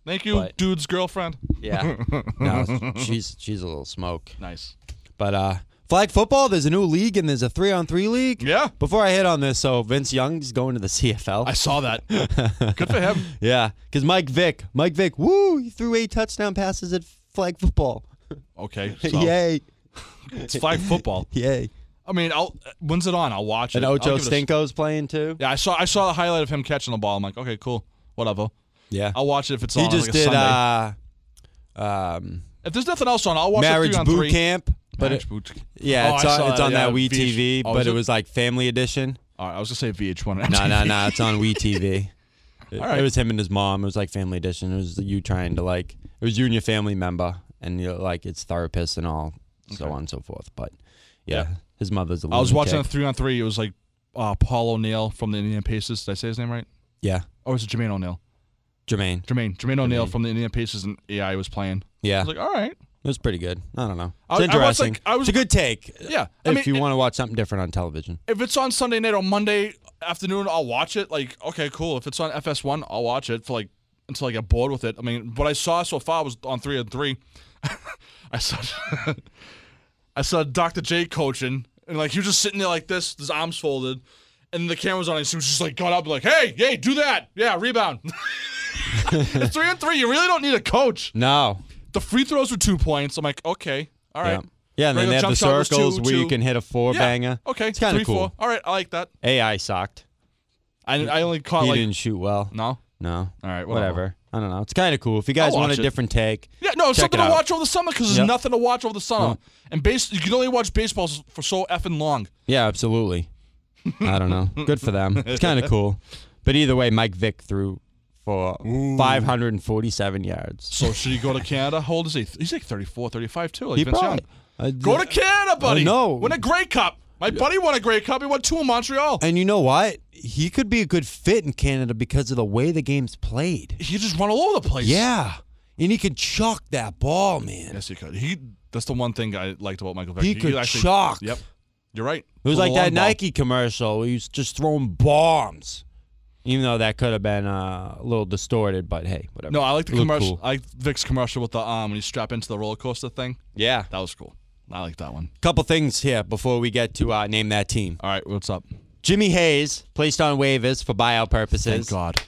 Thank you,
but-
dude's girlfriend.
Yeah, no, she's she's a little smoke.
Nice.
But uh, flag football, there's a new league and there's a three on three league.
Yeah.
Before I hit on this, so Vince Young's going to the CFL.
I saw that. Good for him.
yeah, because Mike Vick, Mike Vick, woo, he threw eight touchdown passes at flag football.
Okay. So
Yay,
It's flag football.
yay.
I mean, I'll uh, when's it on? I'll watch it.
And
I'll
Ocho
give it a s-
Stinko's playing too.
Yeah, I saw I saw the highlight of him catching the ball. I'm like, okay, cool, whatever.
Yeah,
I'll watch it if it's
he
on.
just
like a
did
Sunday.
uh, um,
if there's nothing else on, I'll watch
marriage
it three on
boot
three.
camp. But
Marriage
it,
boot camp.
yeah,
Oh,
it's
I
on,
saw
it's on
yeah,
that Wee
VH
TV,
oh,
but
is
it was like family edition.
All right, I was gonna say VH1.
No, no, no. It's on Wee TV. It,
right.
it was him and his mom. It was like Family Edition. It was you trying to like. It was you and your family member, and you're like its therapist and all, so on and so forth. But yeah, his mother's. A
I was watching a
lunatic.
three on three. It was like uh, Paul O'Neill from the Indian Pacers. Did I say his name right?
yeah,
Or was it Jermaine O'Neal?
Jermaine.
Jermaine. Jermaine O'Neal from the Indian Pacers and AI was playing. I
Yeah,
was like, all right.
it was pretty good. I don't know. It's
I- I was,
interesting.
like- I was-
it's a good take.
Yeah. I
if
mean,
you
it-
want to watch something different on television.
if it's on Sunday night or Monday afternoon, I'll watch it. Like, okay, cool. If it's on FS1, I'll watch it for like until I get bored with it. I mean, what I saw so far was on three and three. I saw, I saw Dr. J coaching, and like he was just sitting there like this, his arms folded, and the camera's on, and he was just like got up, like, hey, hey, do that, yeah, rebound. it's three and three. You really don't need a coach.
No.
The free throws were two points. I'm like, okay, all right.
Yeah. Yeah, and then
Regular
they have
jump
the
shot was two,
circles where you
two.
can hit a four
Yeah.
banger.
Okay,
it's kind
three,
of cool.
four. All right, I like that.
AI sucked.
I, I only caught
He
like
didn't shoot well.
no.
No.
All right,
whatever.
whatever.
I don't know. It's kind of cool. If you guys
I'll
want a
watch it.
different take,
Yeah, no, it's
Check
something
it
to
out.
watch over the summer because there's
Yep.
nothing to watch over the summer. And base, you can only watch baseball s- for so effing long.
yeah, absolutely. I don't know. Good for them. It's kind of cool. But either way, Mike Vick threw for 547 yards.
So should he go to Canada? How old is he? He's like 34, 35 too. Like
He
Vince Young.
probably uh, I-
Go to Canada, buddy.
know.
Win a Grey Cup. My buddy won a Grey Cup. He won two in Montreal.
And you know what? He could be a good fit in Canada because of the way the game's played.
He just run all over the place.
Yeah. And he could chuck that ball, man.
Yes, he could. He. That's the one thing I liked about Michael Vick.
He could shock.
Yep. You're right.
It was
Throw
like
the
that
long ball.
Nike commercial. Where he was just throwing bombs. Even though that could have been uh, a little distorted, but hey, whatever.
No, I like the
It looked
commercial.
cool.
I like Vic's commercial with the um when you strap into the roller coaster thing.
Yeah.
That was cool. I like that one.
couple things here before we get to uh, name that team.
All right, what's up?
Jimmy Hayes placed on waivers for buyout purposes.
Thank God.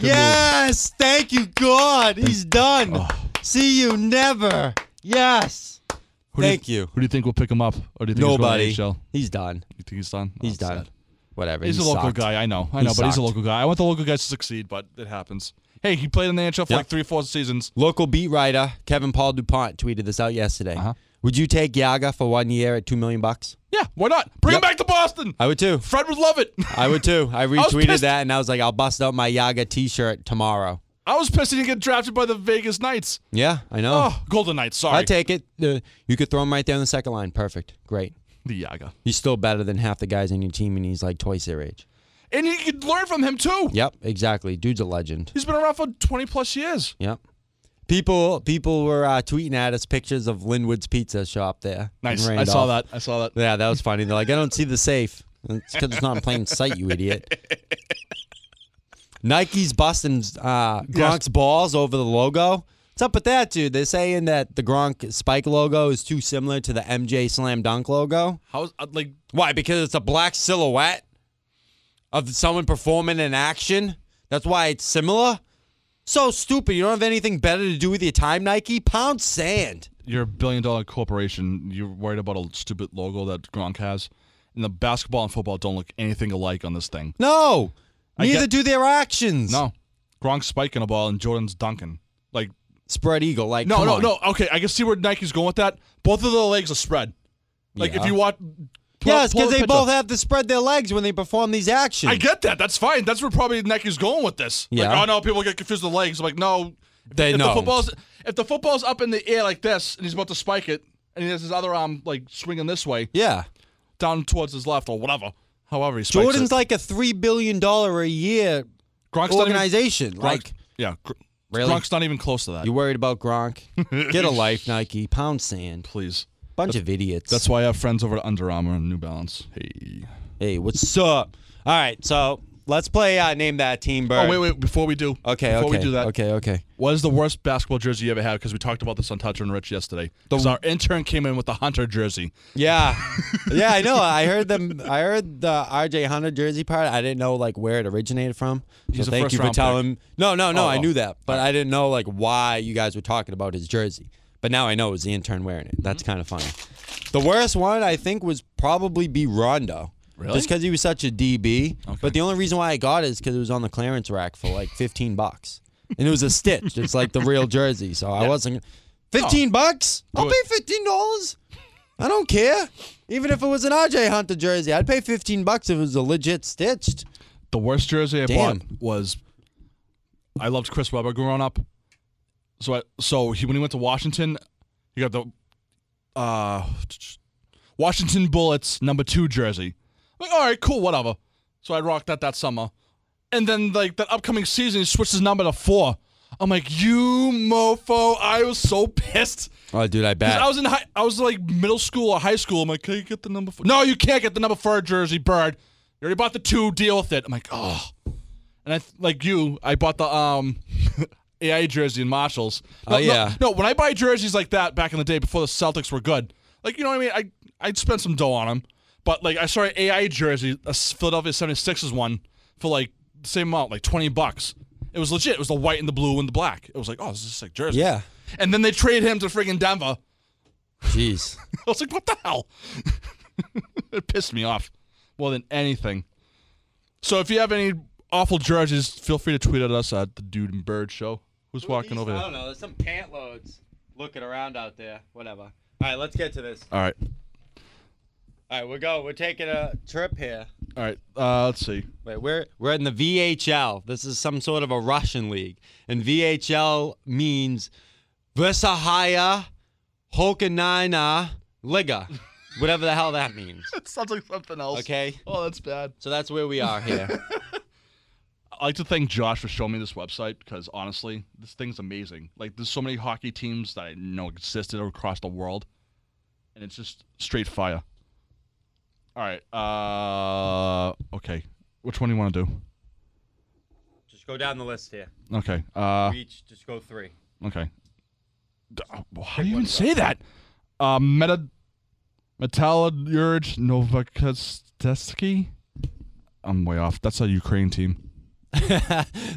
yes, thank you, God. He's done. See you never. Yes.
Oh. Who do
thank you.
Who do you think will pick him up? Or do you think
Nobody.
He's going to the NHL?
He's done.
You think he's done? Oh,
He's
that's
done.
sad.
Whatever.
He's
he
a local
sucked.
guy. I know. I know,
He
but he's a
sucked.
local guy. I want the local guys to succeed, but it happens. Hey, he played in the NHL for
Yep.
like three, four seasons. Uh-huh.
Local beat writer Kevin Paul DuPont tweeted this out yesterday. Would you take Yaga for one year at two million bucks?
Yeah, why not? Bring
Yep.
him back to Boston.
I would too.
Fred would love it.
I would too. I
was
retweeted
pissed.
that and I was like, I'll bust out my Yaga T-shirt tomorrow.
I was pissed he didn't get drafted by the Vegas Knights.
Yeah, I know.
Oh, Golden Knights. Sorry,
I take it. Uh, you could throw him right there on the second line. Perfect. Great.
the Yaga,
He's still better than half the guys on your team, and he's like twice their age.
and you could learn from him too.
Yep, exactly. Dude's a legend.
He's been around for twenty plus years.
Yep. People, people were uh, tweeting at us pictures of Linwood's Pizza Shop there. in
Nice. I
Randolph.
saw that. I saw that.
Yeah, that was funny. They're like, I don't see the safe. It's because it's not in plain sight, you idiot. Nike's busting uh, Gronk's balls over the logo. What's up with that, dude? They're saying that the Gronk Spike logo is too similar to the MJ Slam Dunk logo.
How's uh, like
Why? Because it's a black silhouette of someone performing an action. That's why it's similar. So stupid. You don't have anything better to do with your time, Nike? Pound sand.
you're a billion dollar corporation. You're worried about a stupid logo that Gronk has, and the basketball and football don't look anything alike on this thing.
No. Neither
get-
do their actions.
No, Gronk's spiking a ball and Jordan's dunking. Like
Spread eagle. Like
no,
come
no,
on.
no. Okay, I can see where Nike's going with that. Both of the legs are spread. Like
Yeah.
if you want,
Yes, because they both
Have-
have to spread their legs when they perform these actions.
I get that. That's fine. That's where probably Nike's going with this. Like,
Yeah.
oh no, people get confused with the legs. I'm like, no.
They
if
know.
the football's if the football's up in the air like this and he's about to spike it and he has his other arm like swinging this way
yeah.
down towards his left or whatever. However, he spikes
Jordan's
it.
like a $3 billion a year
Gronk's not even-
organization.
Gronk-
like,
yeah, Gr-
Really?
Gronk's not even close to that.
you worried about Gronk? Get a life, Nike. Pound sand.
Please.
Bunch of idiots.
That's why I have friends over at Under Armour and New Balance. Hey. Oh,
Hey, what's up? All right, so let's play uh, Name That Team Bird.
Oh wait, wait. Before we do,
Okay,
before
okay.
we do that,
Okay, okay.
What is the worst basketball jersey you ever had? Because we talked about this on Touch and Rich yesterday. Because our intern came in with the Hunter jersey.
Yeah. yeah, I know. I heard them I heard the RJ Hunter jersey part. I didn't know like where it originated from. So
He's a
thank you for
first-round
telling No, no, no,
Oh,
I
oh.
knew that. But I didn't know like why you guys were talking about his jersey. But now I know it was the intern wearing it. That's
Mm-hmm.
kind of funny. The worst one I think was probably be Rondo.
Really?
Just because he was such a DB. But the only reason why I got it is because it was on the clearance rack for like 15 bucks. And it was a stitch. It's like the real jersey. So I wasn't. 15 bucks? I'll
it.
pay 15 dollars. I don't care. Even if it was an RJ Hunter jersey, I'd pay 15 bucks if it was a legit stitched.
The worst jersey I
Damn.
bought was I loved Chris Webber growing up. So I, so he, when he went to Washington, he got the uh, Washington Bullets number two jersey. I'm like, all right, cool, whatever. So I rocked that that summer, and then like that upcoming season, he switched his number to four. I'm like, you mofo! I was so pissed.
Oh, dude, I
'Cause
bet.
I was in high, I was like middle school or high school. I'm like, can you get the number four? No, you can't get the number four jersey, Bird. You already bought the two. Deal with it. I'm like, oh. And I th- like you, I bought the um AI jersey in Marshalls. No,
Oh,
no-
yeah.
No, when I buy jerseys like that back in the day before the Celtics were good, like you know what I mean. I I'd spend some dough on them, but like I saw an AI jersey, a s- Philadelphia 76ers one for like the same amount, like twenty bucks. It was legit. It was the white and the blue and the black. It was like, oh, this is a sick jersey.
Yeah.
And then they trade him to friggin' Denver.
Jeez.
I was like, what the hell? it pissed me off more than anything. So if you have any awful jerseys, feel free to tweet at us at the Dude and Bird Show. Who's walking over here?
know. There's some pant loads looking around out there. Whatever. All right, let's get to this.
All right.
All right, we're going. We're taking a trip here.
All right. Uh, let's see.
Wait, we're we're in the VHL. This is some sort of a Russian league, and VHL means Versahaya Hokanina Liga, whatever the hell that means.
It sounds like something else.
Okay.
Oh, that's bad.
So that's where we are here.
I like to thank Josh for showing me this website because honestly, this thing's amazing. Like, there's so many hockey teams that I know existed across the world, and it's just straight fire. All right. Uh, okay. Which one do you want to do?
just go down the list here.
Okay. Uh,
Each, just go three.
okay. D- uh, well, How do you even say that? Uh, Meta, Metallurge Novakostesky. I'm way off. That's a Ukraine team.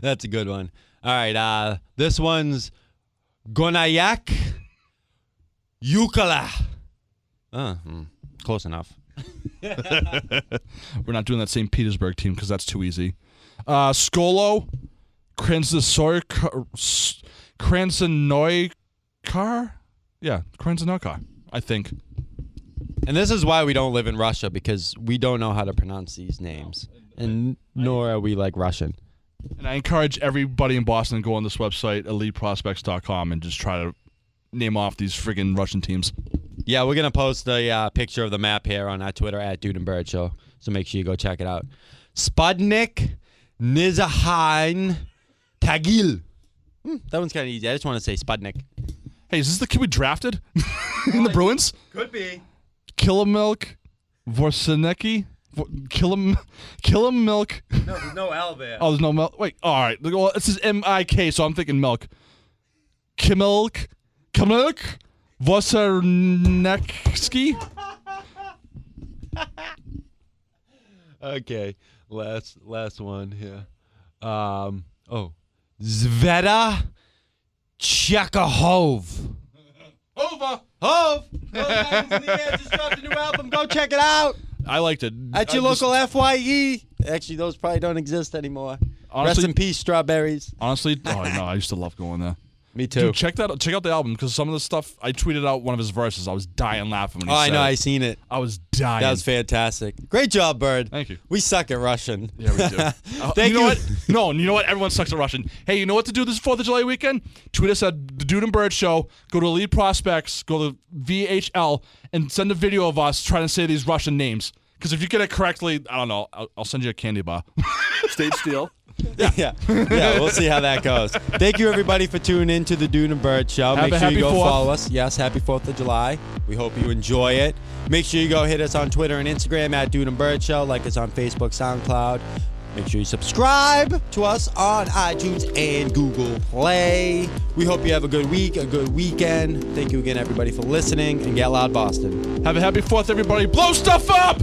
That's a good one. All right, uh, this one's Gonayak Yukala. Uh, hmm, close enough.
We're not doing that St. Petersburg team because that's too easy. Uh, Skolo, Kranzasor, Kranzanoikar. Yeah, Kranzanoikar. I think.
And this is why we don't live in Russia because we don't know how to pronounce these names, and nor are we like Russian.
And I encourage everybody in Boston to go on this website, eliteprospects.com, and just try to name off these friggin' Russian teams.
Yeah, we're gonna post the uh, picture of the map here on our Twitter at Dudenbird Show, so make sure you go check it out. Spudnik, Nizahain, Tagil. Hmm, that one's kind of easy. I just want to say Spudnik.
Hey, is this the kid we drafted in the Bruins? Could be. Milk, Vorsinecki, Killam, Milk.
No, there's no L there.
Oh, there's no milk. Wait, all right. Well, this is M I K, so I'm thinking milk. Kimilk, Kimilk, Voserneksky.
Okay, last last one here. Um, oh, Zveta Chekhov.
Over.
Hove. Those guys in the air just dropped a new album. Go check it out
I liked it.
at
I
your
just-
local Fye. Actually, those probably don't exist anymore.
Honestly-
Rest in peace, strawberries.
honestly, oh no, I used to love going there.
Me too.
Dude, check that. Check out the album because some of the stuff I tweeted out one of his verses. I was dying laughing when he
oh, I
said
know. I
it.
seen it.
I was dying.
That was fantastic. Great job, Bird.
Thank you.
We suck at Russian.
Yeah, we do. Uh,
Thank
you. Know
you.
what? No, and you know what? Everyone sucks at Russian. Hey, you know what to do this 4th of July weekend? Tweet us at the Dude and Bird Show. Go to Elite Prospects. Go to VHL and send a video of us trying to say these Russian names. Because if you get it correctly, I don't know. I'll, I'll send you a candy bar.
State steal.
yeah. Yeah, we'll see how that goes. Thank you, everybody, for tuning in to the Dune and Bird Show.
Have
Make
a
sure you
happy
go
Fourth.
follow us. Yes, happy 4th of July. We hope you enjoy it. Make sure you go hit us on Twitter and Instagram at Dune and Bird Show. Like us on Facebook, SoundCloud. Make sure you subscribe to us on iTunes and Google Play. We hope you have a good week, a good weekend. Thank you again, everybody, for listening, and get loud, Boston.
Have a happy 4th, everybody. Blow stuff up!